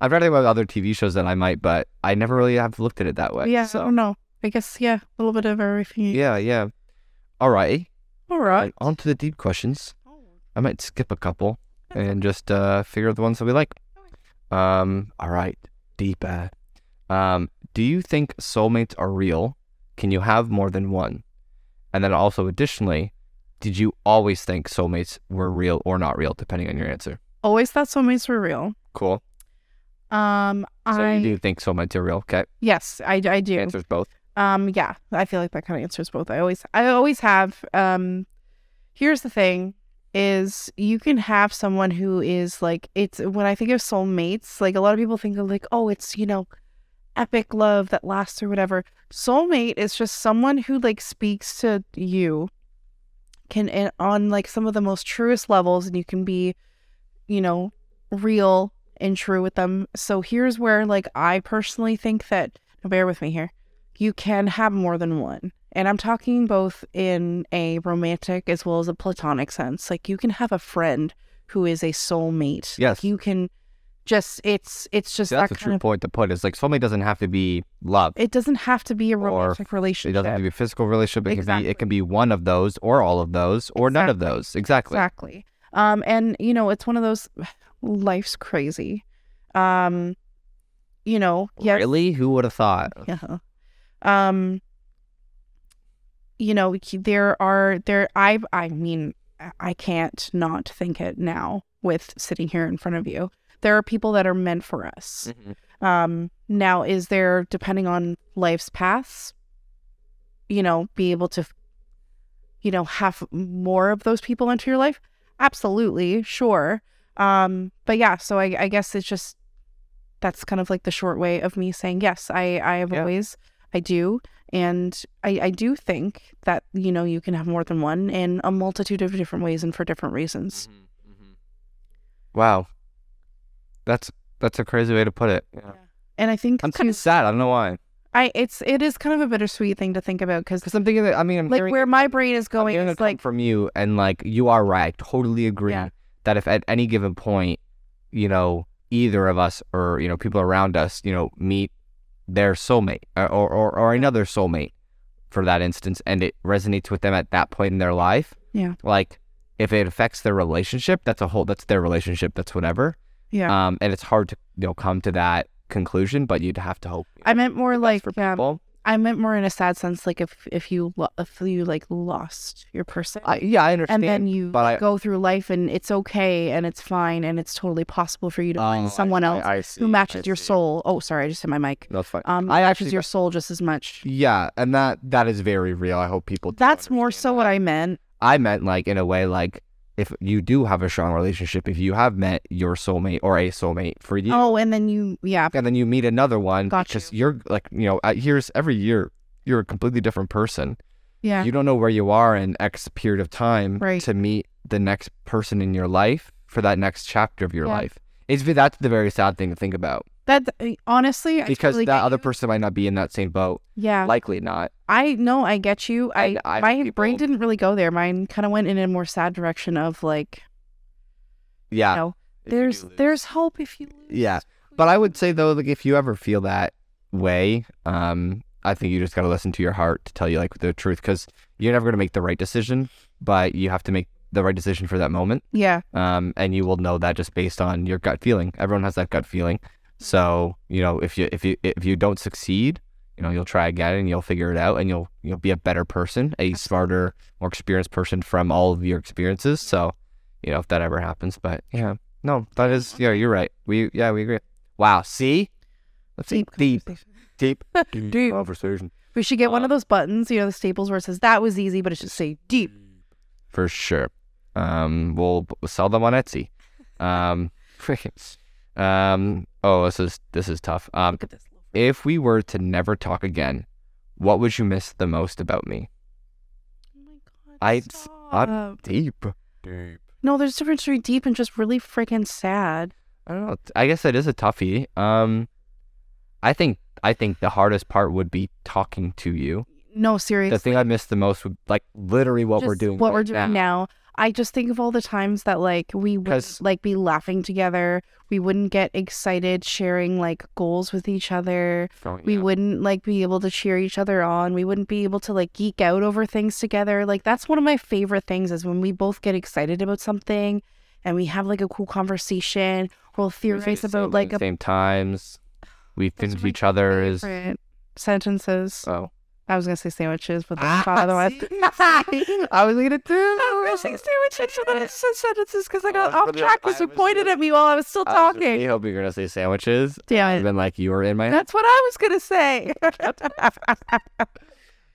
B: I've read about other TV shows that I might, but I never really have looked at it that way.
A: yeah.
B: So
A: oh no. I guess yeah, a little bit of everything.
B: yeah, yeah. All right.
A: All right.
B: And on to the deep questions. I might skip a couple and just uh, figure out the ones that we like. Um, all right, deep. Uh, um, do you think soulmates are real? Can you have more than one? And then also, additionally, did you always think soulmates were real or not real, depending on your answer?
A: Always thought soulmates were real.
B: Cool.
A: Um,
B: So
A: I
B: you do think soulmates are real? Okay.
A: yes, I, I do.
B: Answers both.
A: Um, yeah, I feel like that kind of answers both. I always I always have. Um, here's the thing: is you can have someone who is like it's when I think of soulmates, like a lot of people think of like oh, it's you know, epic love that lasts or whatever. Soulmate is just someone who like speaks to you, can and on like some of the most truest levels, and you can be, you know, real and true with them. So here's where like I personally think that bear with me here you can have more than one. And I'm talking both in a romantic as well as a platonic sense. Like you can have a friend who is a soulmate.
B: Yes.
A: Like you can just it's it's just
B: See, that's
A: that
B: a
A: kind
B: true
A: of
B: point to put. Is like soulmate doesn't have to be love.
A: it doesn't have to be a
B: Or
A: romantic
B: It
A: relationship.
B: doesn't have to be a physical relationship. It can be
A: Exactly.
B: it can be one of those or all of those or none of
A: Exactly.
B: those. Exactly.
A: Exactly. Um, and you know, it's one of those life's crazy. Um, you know, yes,
B: Really? Who would have thought?
A: Yeah. Um you know, we keep- there are there I I mean, I- I can't not think it now with sitting here in front of you. There are people that are meant for us. Um now is there depending on life's paths, you know, be able to you know, have more of those people into your life? Absolutely, sure. Um, but yeah, so I, I guess it's just that's kind of like the short way of me saying yes. I I have
B: Yeah.
A: always I do, and I I do think that you know you can have more than one in a multitude of different ways and for different reasons.
B: Wow. That's that's a crazy way to put it.
A: And I think
B: I'm
A: kind
B: kind of sad. I don't know why.
A: I it's it is kind of a bittersweet thing to think about because
B: Because I'm thinking that I mean I'm
A: like
B: hearing,
A: where my brain is
B: I'm
A: going
B: hearing it
A: is
B: come
A: like
B: from you and like you are right. I totally agree
A: Yeah.
B: that if at any given point, you know, either of us or you know people around us, you know, meet their soulmate or or, or, or another soulmate for that instance, and it resonates with them at that point in their life.
A: Yeah.
B: Like if it affects their relationship, that's a whole that's their relationship. That's whatever.
A: yeah.
B: Um, and it's hard to you know come to that conclusion, but you'd have to hope. you know,
A: I meant more
B: that's
A: like
B: for
A: um,
B: people.
A: I meant more in a sad sense, like if if you lo- if you like lost your person,
B: I, yeah, I understand.
A: and then you
B: but I-
A: go through life and it's okay and it's fine and it's totally possible for you to
B: Oh,
A: find someone else
B: I, I see,
A: who matches
B: I
A: your
B: see.
A: soul. Oh, sorry, I just hit my mic.
B: That's fine.
A: Um,
B: I
A: matches
B: actually-
A: your soul just as much.
B: Yeah, and that that is very real. I hope people. do
A: That's more
B: understand
A: so
B: that.
A: what I meant.
B: I meant like in a way like if you do have a strong relationship, if you have met your soulmate or a soulmate for you,
A: Oh, and then you, yeah,
B: and then you meet another one,
A: Got
B: because you're like you know uh, here's every year you're a completely different person.
A: yeah,
B: You don't know where you are in X period of time
A: Right.
B: to meet the next person in your life for that next chapter of your
A: Yeah.
B: life. It's that's the very sad thing to think about
A: that honestly I
B: because
A: totally
B: that
A: get
B: other
A: you.
B: person might not be in that same boat.
A: yeah,
B: Likely not.
A: I know I get you. I,
B: And I
A: my
B: think
A: brain
B: people-
A: didn't really go there. Mine kind of went in a more sad direction of like
B: Yeah.
A: No. there's there's hope if you lose.
B: Yeah. But I would say though, like if you ever feel that way, um, I think you just gotta listen to your heart to tell you like the truth because you're never gonna make the right decision, but you have to make the right decision for that moment.
A: yeah
B: Um, and you will know that just based on your gut feeling. Everyone has that gut feeling. So you know if you if you if you don't succeed, you know you'll try again and you'll figure it out and you'll you'll be a better person, a smarter, more experienced person from all of your experiences. So you know if that ever happens, but yeah, no, that is yeah, you're right. We yeah we agree. Wow, see, let's see deep deep deep,
A: Deep.
B: conversation
A: We should get one of
B: Um,
A: those buttons, you know, the staples where it says that was easy, but it should say deep.
B: for sure. Um, we'll b- sell them on Etsy. Um, um, oh, this is this is tough. Um,
A: Look at this.
B: If we were to never talk again, what would you miss the most about me?
A: Oh my god.
B: I-
A: stop.
B: Deep. Deep.
A: no, there's a difference between deep and just really freaking sad.
B: I don't know. I guess that is a toughie. Um, I think I think the hardest part would be talking to you.
A: No,
B: The
A: seriously.
B: thing I miss the most would like literally what we're
A: just
B: doing.
A: What
B: right
A: we're doing now. I just think of all the times that like we would
B: 'Cause-
A: like be laughing together. We wouldn't get excited sharing like goals with each other.
B: Going
A: We
B: out.
A: wouldn't like be able to cheer each other on. We wouldn't be able to like geek out over things together. Like that's one of my favorite things is when we both get excited about something and we have like a cool conversation. We'll
B: We say
A: theorize
B: the
A: about
B: same
A: like a
B: thing at the same times. We
A: Those are
B: finish
A: my
B: each other is
A: favorite sentences.
B: oh.
A: I was gonna say sandwiches, but
B: Ah,
A: that's not otherwise.
B: see? Oh, I was gonna do.
A: I was gonna say sandwiches, but I said sentences because I
B: I
A: got
B: was
A: off
B: really-
A: track
B: I
A: because you
B: was
A: pointed
B: really-
A: at me while I was still
B: I was really
A: talking.
B: hoping Uh, you're gonna say sandwiches. And
A: Damn it.
B: then like you were in my head.
A: That's what I was gonna say.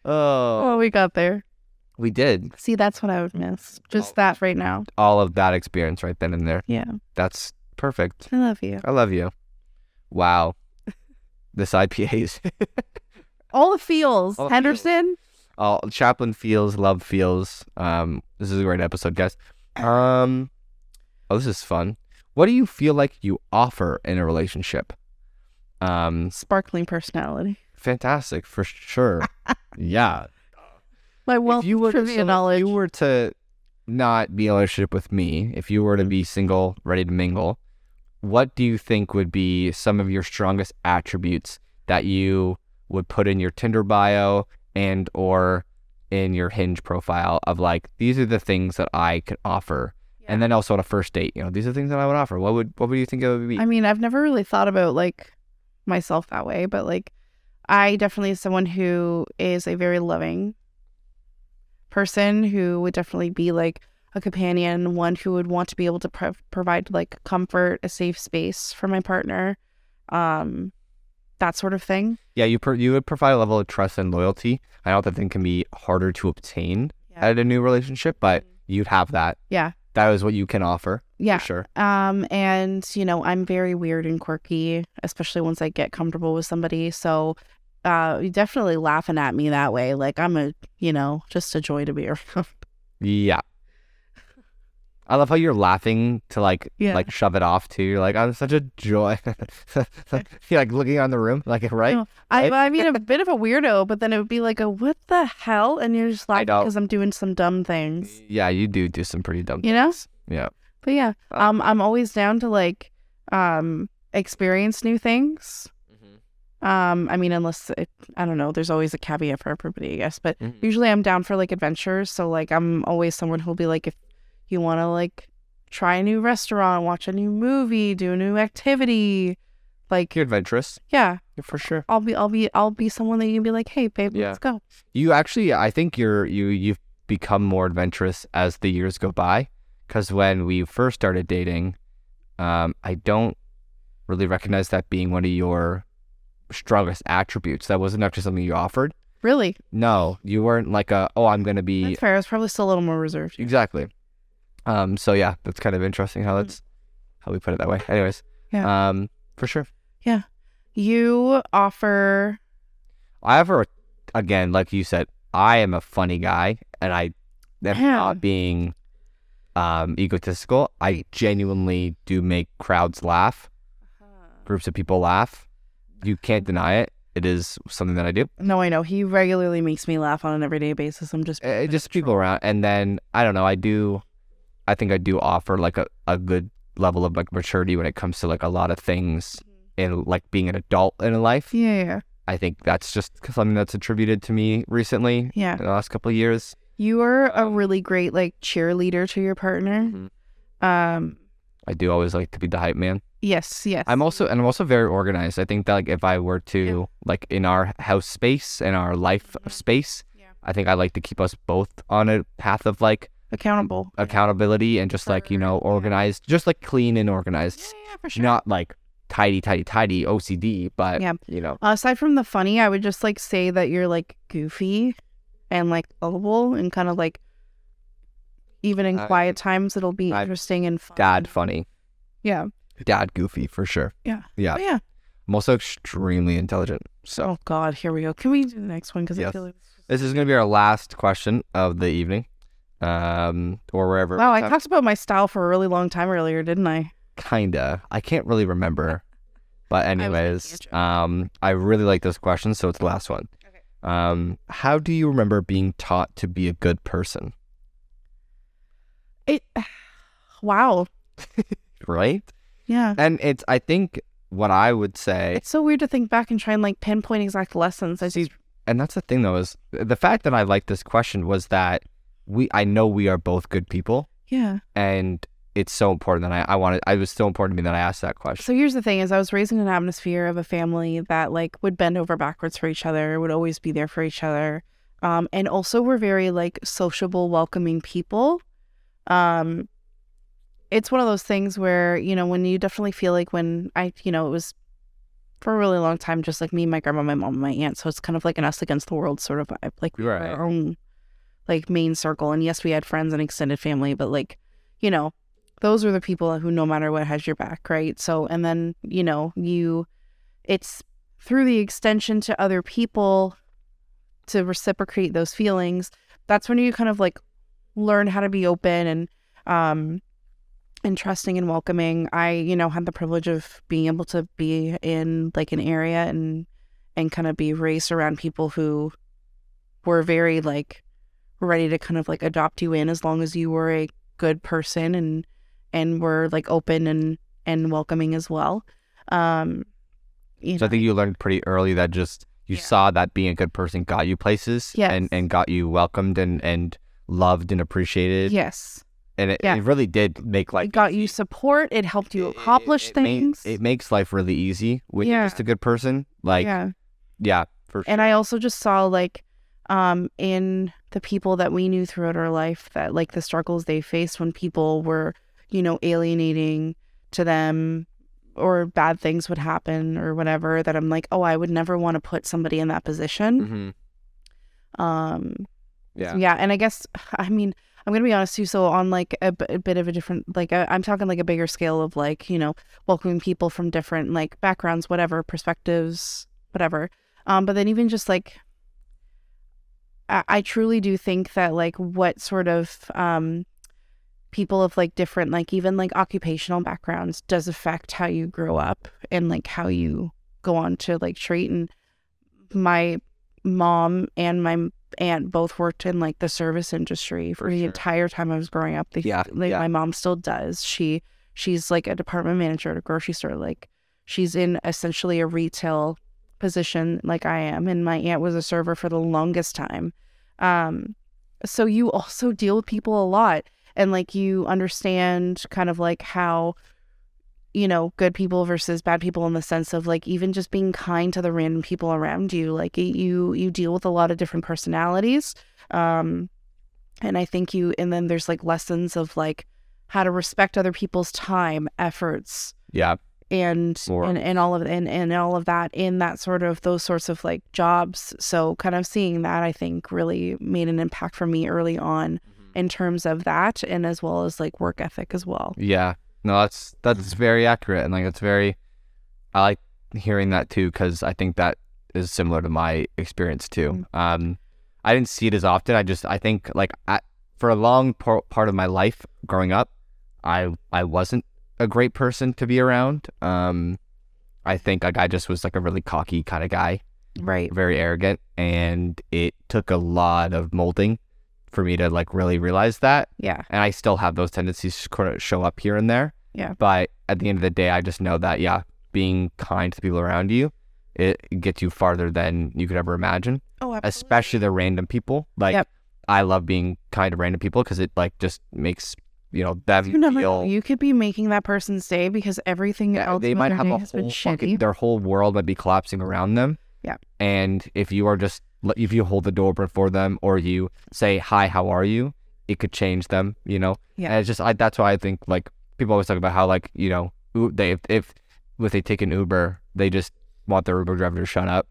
B: Oh,
A: oh, we got there.
B: we did
A: See, that's what I would miss. Just
B: Oh.
A: that right now.
B: all of that experience right then and there.
A: Yeah.
B: That's perfect.
A: I love you.
B: I love you. Wow. This IPA is
A: All the feels.
B: All the
A: Henderson.
B: all Chaplin feels, love feels. Um, this is a great episode, guys. Um, oh, this is fun. What do you feel like you offer in a relationship? Um,
A: Sparkling personality.
B: fantastic for sure. yeah.
A: My wealth
B: you
A: of
B: were to-
A: trivia
B: so if
A: knowledge.
B: you were to not be in a relationship with me, if you were to be single, ready to mingle, what do you think would be some of your strongest attributes that you would put in your Tinder bio and or in your Hinge profile of like these are the things that I could offer, and then also on a first date, you know, these are things that I would offer. What would what would you think it would be?
A: I mean, I've never really thought about like myself that way, but like I definitely is someone who is a very loving person who would definitely be like a companion, one who would want to be able to pro- provide like comfort, a safe space for my partner, um, that sort of thing.
B: yeah, you pro- you would provide a level of trust and loyalty. I know that thing can be harder to obtain
A: Yeah. Mm-hmm.
B: at a new relationship, but you'd have that.
A: Yeah.
B: that is what you can offer.
A: yeah.
B: for sure.
A: Um, and you know, I'm very weird and quirky, especially once I get comfortable with somebody. So, uh, you're definitely laughing at me that way. Like I'm a, you know, just a joy to be around.
B: Yeah. I love how you're laughing to like
A: Yeah.
B: like shove it off too. You're like, I'm such a joy. you're like looking on the room, like right?
A: No, I,
B: Right?
A: I mean, a bit of a weirdo, but then it would be like a what the hell, and you're just laughing
B: know.
A: because I'm doing some dumb things,
B: Yeah, you do do some pretty dumb
A: you know.
B: Yeah.
A: But yeah,
B: Uh
A: um, I'm always down to like, um, experience new things. Um, I mean, unless it, I don't know, there's always a caveat for everybody, I guess. But
B: Mhm.
A: usually I'm down for like adventures. So like I'm always someone who'll be like, if you want to like try a new restaurant, watch a new movie, do a new activity, like
B: You're adventurous.
A: yeah,
B: For sure.
A: I'll be I'll be I'll be someone that you can be like, hey babe,
B: Yeah.
A: let's go.
B: You actually I think you're you you've become more adventurous as the years go by. Cause when we first started dating, um, I don't really recognize that being one of your strongest attributes. That wasn't actually something you offered.
A: Really,
B: No, you weren't like a oh I'm gonna be
A: that's fair. I was probably still a little more reserved.
B: Exactly. Um. So yeah, that's kind of interesting how that's how we put it that way. Anyways.
A: Hmm. Yeah.
B: Um. For sure.
A: You offer,
B: I have a again, like you said, I am a funny guy, and I am
A: Yeah.
B: not being um egotistical. I genuinely do make crowds laugh, groups of people laugh. You can't deny it. It is something that I do.
A: no, I know he regularly makes me laugh on an everyday basis. I'm just
B: Uh, just people around, and then I don't know. I do. I think I do offer like a, a good level of like maturity when it comes to like a lot of things in like being an adult in a life.
A: Mm-hmm. yeah, yeah,
B: I think that's just something that's attributed to me recently
A: yeah.
B: in the last couple of years.
A: You are a really great like cheerleader to your partner.
B: Mm-hmm.
A: Um,
B: I do always like to be the hype man.
A: yes, yes.
B: I'm also and I'm also very organized. I think that like if I were to
A: Yeah.
B: like in our house space and our life
A: Mhm.
B: space,
A: Yeah.
B: I think I like to keep us both on a path of like
A: accountable.
B: accountability and just like you know
A: For- yeah.
B: organized, just like clean and
A: Yeah,
B: organized,
A: yeah, for sure.
B: not like tidy, tidy, tidy OCD, but
A: Yeah.
B: you know,
A: Aside from the funny, I would just like say that you're like goofy and like lovable and kind of like even in
B: I-
A: quiet times it'll be
B: I-
A: interesting and fun.
B: dad funny,
A: Yeah.
B: dad goofy for sure.
A: Yeah.
B: yeah.
A: But yeah.
B: I'm also extremely intelligent, so.
A: Oh god, here we go. Can we do the next one? Because I
B: Yes.
A: feel like
B: This is going to be our last question of the evening, um, or wherever.
A: Wow, I talked about my style for a really long time earlier, didn't I?
B: kinda. I can't really remember, but
A: making
B: anyways,
A: a joke.
B: um, I really like this question, so it's the last one.
A: Okay.
B: Um, how do you remember being taught to be a good person?
A: It wow.
B: Right,
A: Yeah.
B: and it's I think what I would say,
A: It's so weird to think back and try and like pinpoint exact lessons. I
B: See,
A: just
B: and that's the thing though, is the fact that I like this question was that we I know we are both good people,
A: yeah.
B: and it's so important that I I wanted I was so important to me that I asked that question.
A: So here's the thing is I was raised in an atmosphere of a family that like would bend over backwards for each other, would always be there for each other. Um, and also were very like sociable, welcoming people. Um, it's one of those things where, you know, when you definitely feel like when I, you know, it was for a really long time, just like me, my grandma, my mom, my aunt. So it's kind of like an us against the world sort of vibe. Like we were
B: Right.
A: our own like main circle. And yes, we had friends and extended family, but like, you know, those are the people who no matter what has your back, right? So and then, you know, you it's through the extension to other people to reciprocate those feelings. That's when you kind of like learn how to be open and um and trusting and welcoming. I, you know, had the privilege of being able to be in like an area and and kind of be raised around people who were very like ready to kind of like adopt you in as long as you were a good person and and were like open and and welcoming as well. Um you
B: So I
A: know.
B: think you learned pretty early that just you
A: Yeah.
B: saw that being a good person got you places
A: Yes.
B: and, and got you welcomed and, and loved and appreciated.
A: yes.
B: And it,
A: yeah.
B: it really did make
A: it
B: life
A: got you support. It helped you accomplish
B: it, it ma-
A: things.
B: it makes life really easy when you're
A: Yeah.
B: just a good person. Like yeah,
A: yeah.
B: for sure.
A: And I also just saw like um in the people that we knew throughout our life that like the struggles they faced when people were, you know, alienating to them or bad things would happen or whatever that I'm like, "Oh, I would never want to put somebody in that position."
B: Mhm.
A: Um
B: mm-hmm. yeah.
A: yeah, and I guess I mean, I'm gonna be honest too. So on like a, b- a bit of a different, like i I'm talking like a bigger scale of like you know welcoming people from different like backgrounds, whatever perspectives, whatever. Um, but then even just like, I, I truly do think that like what sort of um people of like different like even like occupational backgrounds does affect how you grow up and like how you go on to like treat and my mom and my aunt both worked in like the service industry for,
B: For
A: the
B: sure.
A: entire time I was growing up. They,
B: Yeah,
A: like,
B: yeah.
A: my mom still does. She she's like a department manager at a grocery store. Like she's in essentially a retail position, like I am, and my aunt was a server for the longest time. Um, so you also deal with people a lot, and like you understand kind of like how you know, good people versus bad people in the sense of like even just being kind to the random people around you. Like y- you you deal with a lot of different personalities. Um and I think you and then there's like lessons of like how to respect other people's time, efforts,
B: Yeah.
A: and
B: More.
A: and, and all of and, and all of that in that sort of those sorts of like jobs. So kind of seeing that I think really made an impact for me early on in terms of that and as well as like work ethic as well.
B: Yeah. No, that's that's very accurate, and like it's very. I like hearing that too because I think that is similar to my experience too. Um, I didn't see it as often. I just I think like I, for a long par- part of my life growing up, I I wasn't a great person to be around. Um, I think like I just was like a really cocky kind of guy,
A: Right.
B: very arrogant, and it took a lot of molding for me to like really realize that
A: Yeah.
B: and I still have those tendencies to kind of show up here and there.
A: Yeah.
B: But at the end of the day, I just know that yeah, being kind to people around you, it gets you farther than you could ever imagine.
A: Oh,
B: Especially the random people. Like
A: Yep.
B: I love being kind to random people because it like just makes you know them
A: You never know.
B: feel.
A: You could be making that person's day because everything
B: Yeah,
A: else
B: they
A: about
B: might
A: their
B: have
A: day
B: a
A: has been
B: whole
A: shitty.
B: fucking, their whole world might be collapsing around them.
A: Yeah.
B: And if you are just if you hold the door open for them or you say hi, how are you, it could change them. You know.
A: Yeah.
B: And it's just I that's why I think like people always talk about how like you know U- they if, if if they take an Uber they just want their Uber driver to shut up.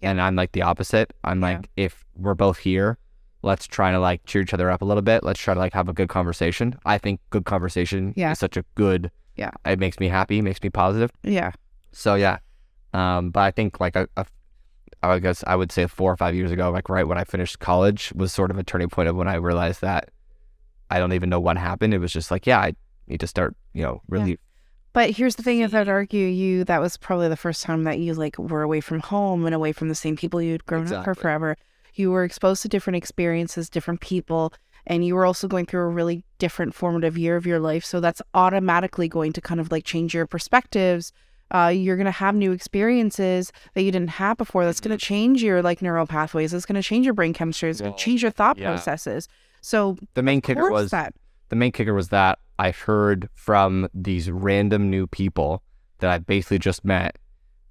A: Yeah.
B: And I'm like the opposite. I'm
A: Yeah.
B: like if we're both here, let's try to like cheer each other up a little bit. Let's try to like have a good conversation. I think good conversation
A: Yeah.
B: is such a good
A: Yeah.
B: It makes me happy. Makes me positive.
A: yeah. So
B: So yeah, um, but I think like a, a, I guess I would say four or five years ago, like right when I finished college, was sort of a turning point of when I realized that I don't even know what happened. It was just like, yeah, I need to start, you know, really.
A: But here's the thing is I'd argue you that was probably the first time that you like were away from home and away from the same people you'd grown up for
B: Exactly.
A: forever. You were exposed to different experiences, different people, and you were also going through a really different formative year of your life. So that's automatically going to kind of like change your perspectives. Uh, you're going to have new experiences that you didn't have before. That's going to change your like neural pathways. That's going to change your brain chemistry. It's going
B: Mm-hmm. Well,
A: to change your thought
B: yeah.
A: processes. So
B: The main
A: of
B: kicker
A: course
B: was
A: that
B: the main kicker was that I heard from these random new people that I basically just met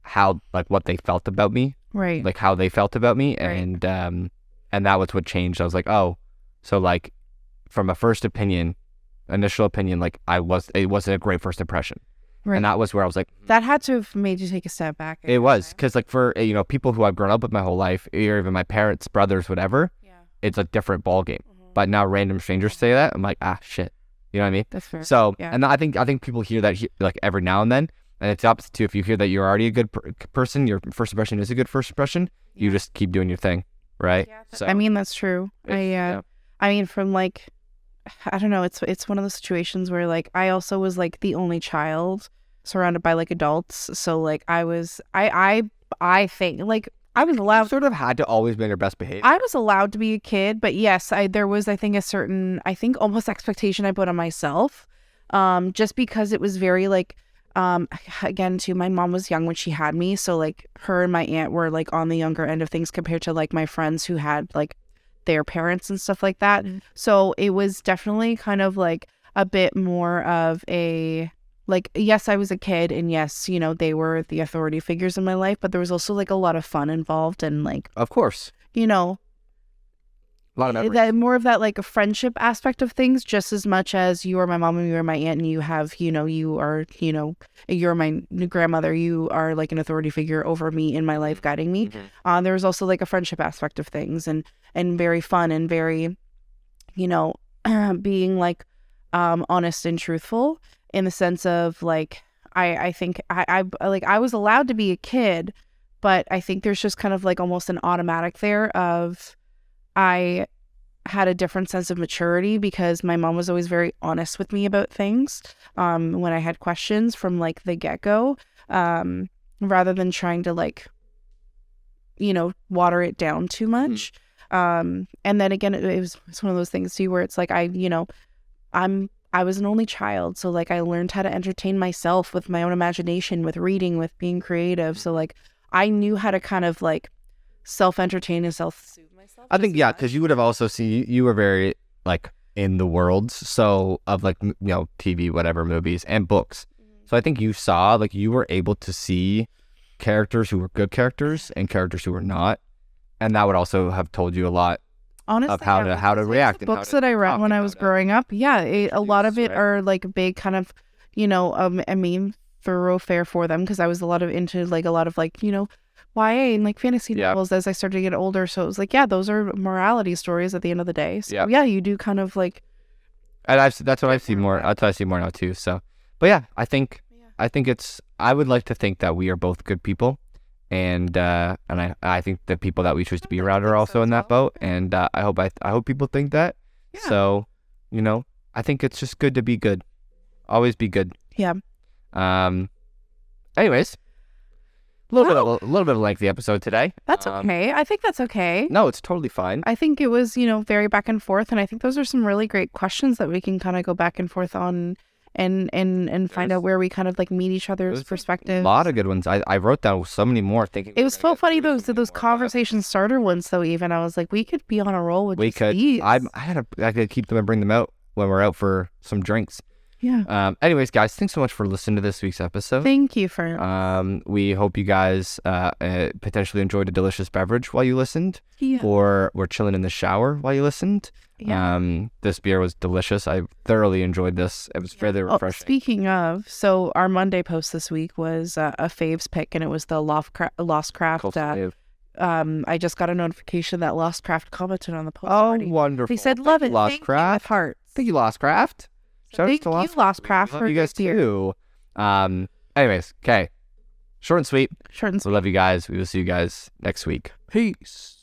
B: how like what they felt about me
A: right.
B: like how they felt about me
A: Right.
B: and um and that was what changed i was like oh so like from a first opinion initial opinion like i was it wasn't a great first impression
A: Right.
B: and that was where i was like "Mm,
A: that had to have made you take a step back. I
B: it
A: guess,
B: was
A: right?
B: because like for you know people who i've grown up with my whole life or even my parents brothers whatever
A: Yeah.
B: it's a different ball game but now random strangers say that i'm like ah shit you know what i mean
A: That's fair.
B: so
A: Yeah.
B: and i think i think people hear that he- like every now and then and it's the opposite too if you hear that you're already a good per- person your first impression is a good first impression you just keep doing your thing right so
A: I mean, that's true. I uh,
B: It's- yeah.
A: I mean, from like, I don't know. It's it's one of those situations where like I also was like the only child surrounded by like adults. So like I was I I I think like I was
B: You
A: allowed.
B: sort of had to always be on your best behavior.
A: I was allowed to be a kid, but yes, I there was I think a certain I think almost expectation I put on myself, um, just because it was very like, um, again too. My mom was young when she had me, so like her and my aunt were like on the younger end of things compared to like my friends who had like their parents and stuff like that. So it was definitely kind of like a bit more of a like yes i was a kid and yes you know they were the authority figures in my life but there was also like a lot of fun involved and like
B: of course,
A: you know
B: a lot of memories.
A: that more of that like a friendship aspect of things just as much as you are my mom and you are my aunt and you have you know you are you know you're my n- grandmother you are like an authority figure over me in my life guiding me
B: Mhm.
A: uh, there was also like a friendship aspect of things and and very fun and very you know being like um, honest and truthful in the sense of like I I think I, I like I was allowed to be a kid, but I think there's just kind of like almost an automatic there of I had a different sense of maturity because my mom was always very honest with me about things um, when I had questions from like the get go, um, rather than trying to like you know water it down too
B: Hmm.
A: much. Um, and then again, it, it was it's one of those things too where it's like I you know I'm I was an only child, so like I learned how to entertain myself with my own imagination, with reading, with being creative.
B: Mm-hmm.
A: So like I knew how to kind of like self entertain and self.
B: I think yeah, because you would have also seen you, you were very like in the worlds so of like m- you know TV, whatever movies and books.
A: Mm-hmm.
B: So I think you saw like you were able to see characters who were good characters and characters who were not, and that would also have told you a lot
A: honestly
B: of how
A: yeah,
B: to
A: with
B: how to
A: those
B: react. and how
A: books
B: to
A: that I read
B: talk
A: when I
B: about
A: was
B: it.
A: growing up, yeah, it, a lot of
B: Introduce,
A: it
B: right?
A: are like big kind of, you know, um, I mean, thoroughfare for them because I was a lot of into like a lot of like you know, YA and like fantasy
B: Yeah.
A: novels as I started to get older. So it was like, yeah, those are morality stories at the end of the day. So
B: Yeah.
A: yeah, you do kind of like
B: and I've se- that's what I've seen more. That's what I see more now too. So, but yeah, I think
A: Yeah.
B: I think it's. I would like to think that we are both good people, and uh, and I I think the people that we choose to be
A: I'd like
B: around
A: to
B: are
A: think
B: also
A: so
B: in
A: as
B: that
A: well.
B: boat. And uh, I hope I I hope people think that.
A: Yeah.
B: So, you know, I think it's just good to be good. Always be good.
A: Yeah.
B: Um. Anyways, a little
A: Well.
B: bit of, a little bit of a lengthy episode today.
A: that's
B: Um,
A: okay. I think that's okay.
B: No, it's totally fine.
A: I think it was, you know, very back and forth. And I think those are some really great questions that we can kind of go back and forth on and and and find
B: There's-
A: out where we kind of like meet each other's
B: was A
A: perspectives.
B: lot of good ones. I, I wrote down so many more. Thinking
A: It
B: we
A: was
B: were gonna
A: so
B: get
A: funny
B: through so
A: those
B: many
A: those
B: more, but-
A: conversation starter ones though. Even I was like, we could be on a roll with
B: we
A: just
B: could.
A: these.
B: I I had to I could keep them and bring them out when we're out for some drinks.
A: yeah.
B: Um. Anyways, guys, thanks so much for listening to this week's episode.
A: Thank you for
B: um, we hope you guys uh, uh, potentially enjoyed a delicious beverage while you listened,
A: yeah.
B: or were chilling in the shower while you listened.
A: yeah.
B: Um, this beer was delicious. I thoroughly enjoyed this. It was fairly
A: Oh,
B: refreshing.
A: speaking of, so our Monday post this week was uh, a faves pick, and it was the Loft Cra- Lost Craft.
B: Coastal
A: Uh,
B: Wave.
A: um, I just got a notification that Lost Craft commented on the post.
B: oh,
A: already.
B: wonderful!
A: they said love it.
B: Lost
A: Thank you, with
B: Craft.
A: hearts.
B: Thank you, Lost Craft. Shout out
A: Thank
B: to
A: you,
B: Lost
A: Lost Craft,
B: We
A: for
B: love you guys
A: this year.
B: too. Um. Anyways, okay. Short and sweet.
A: Short and
B: So love you guys. We will see you guys next week. Peace.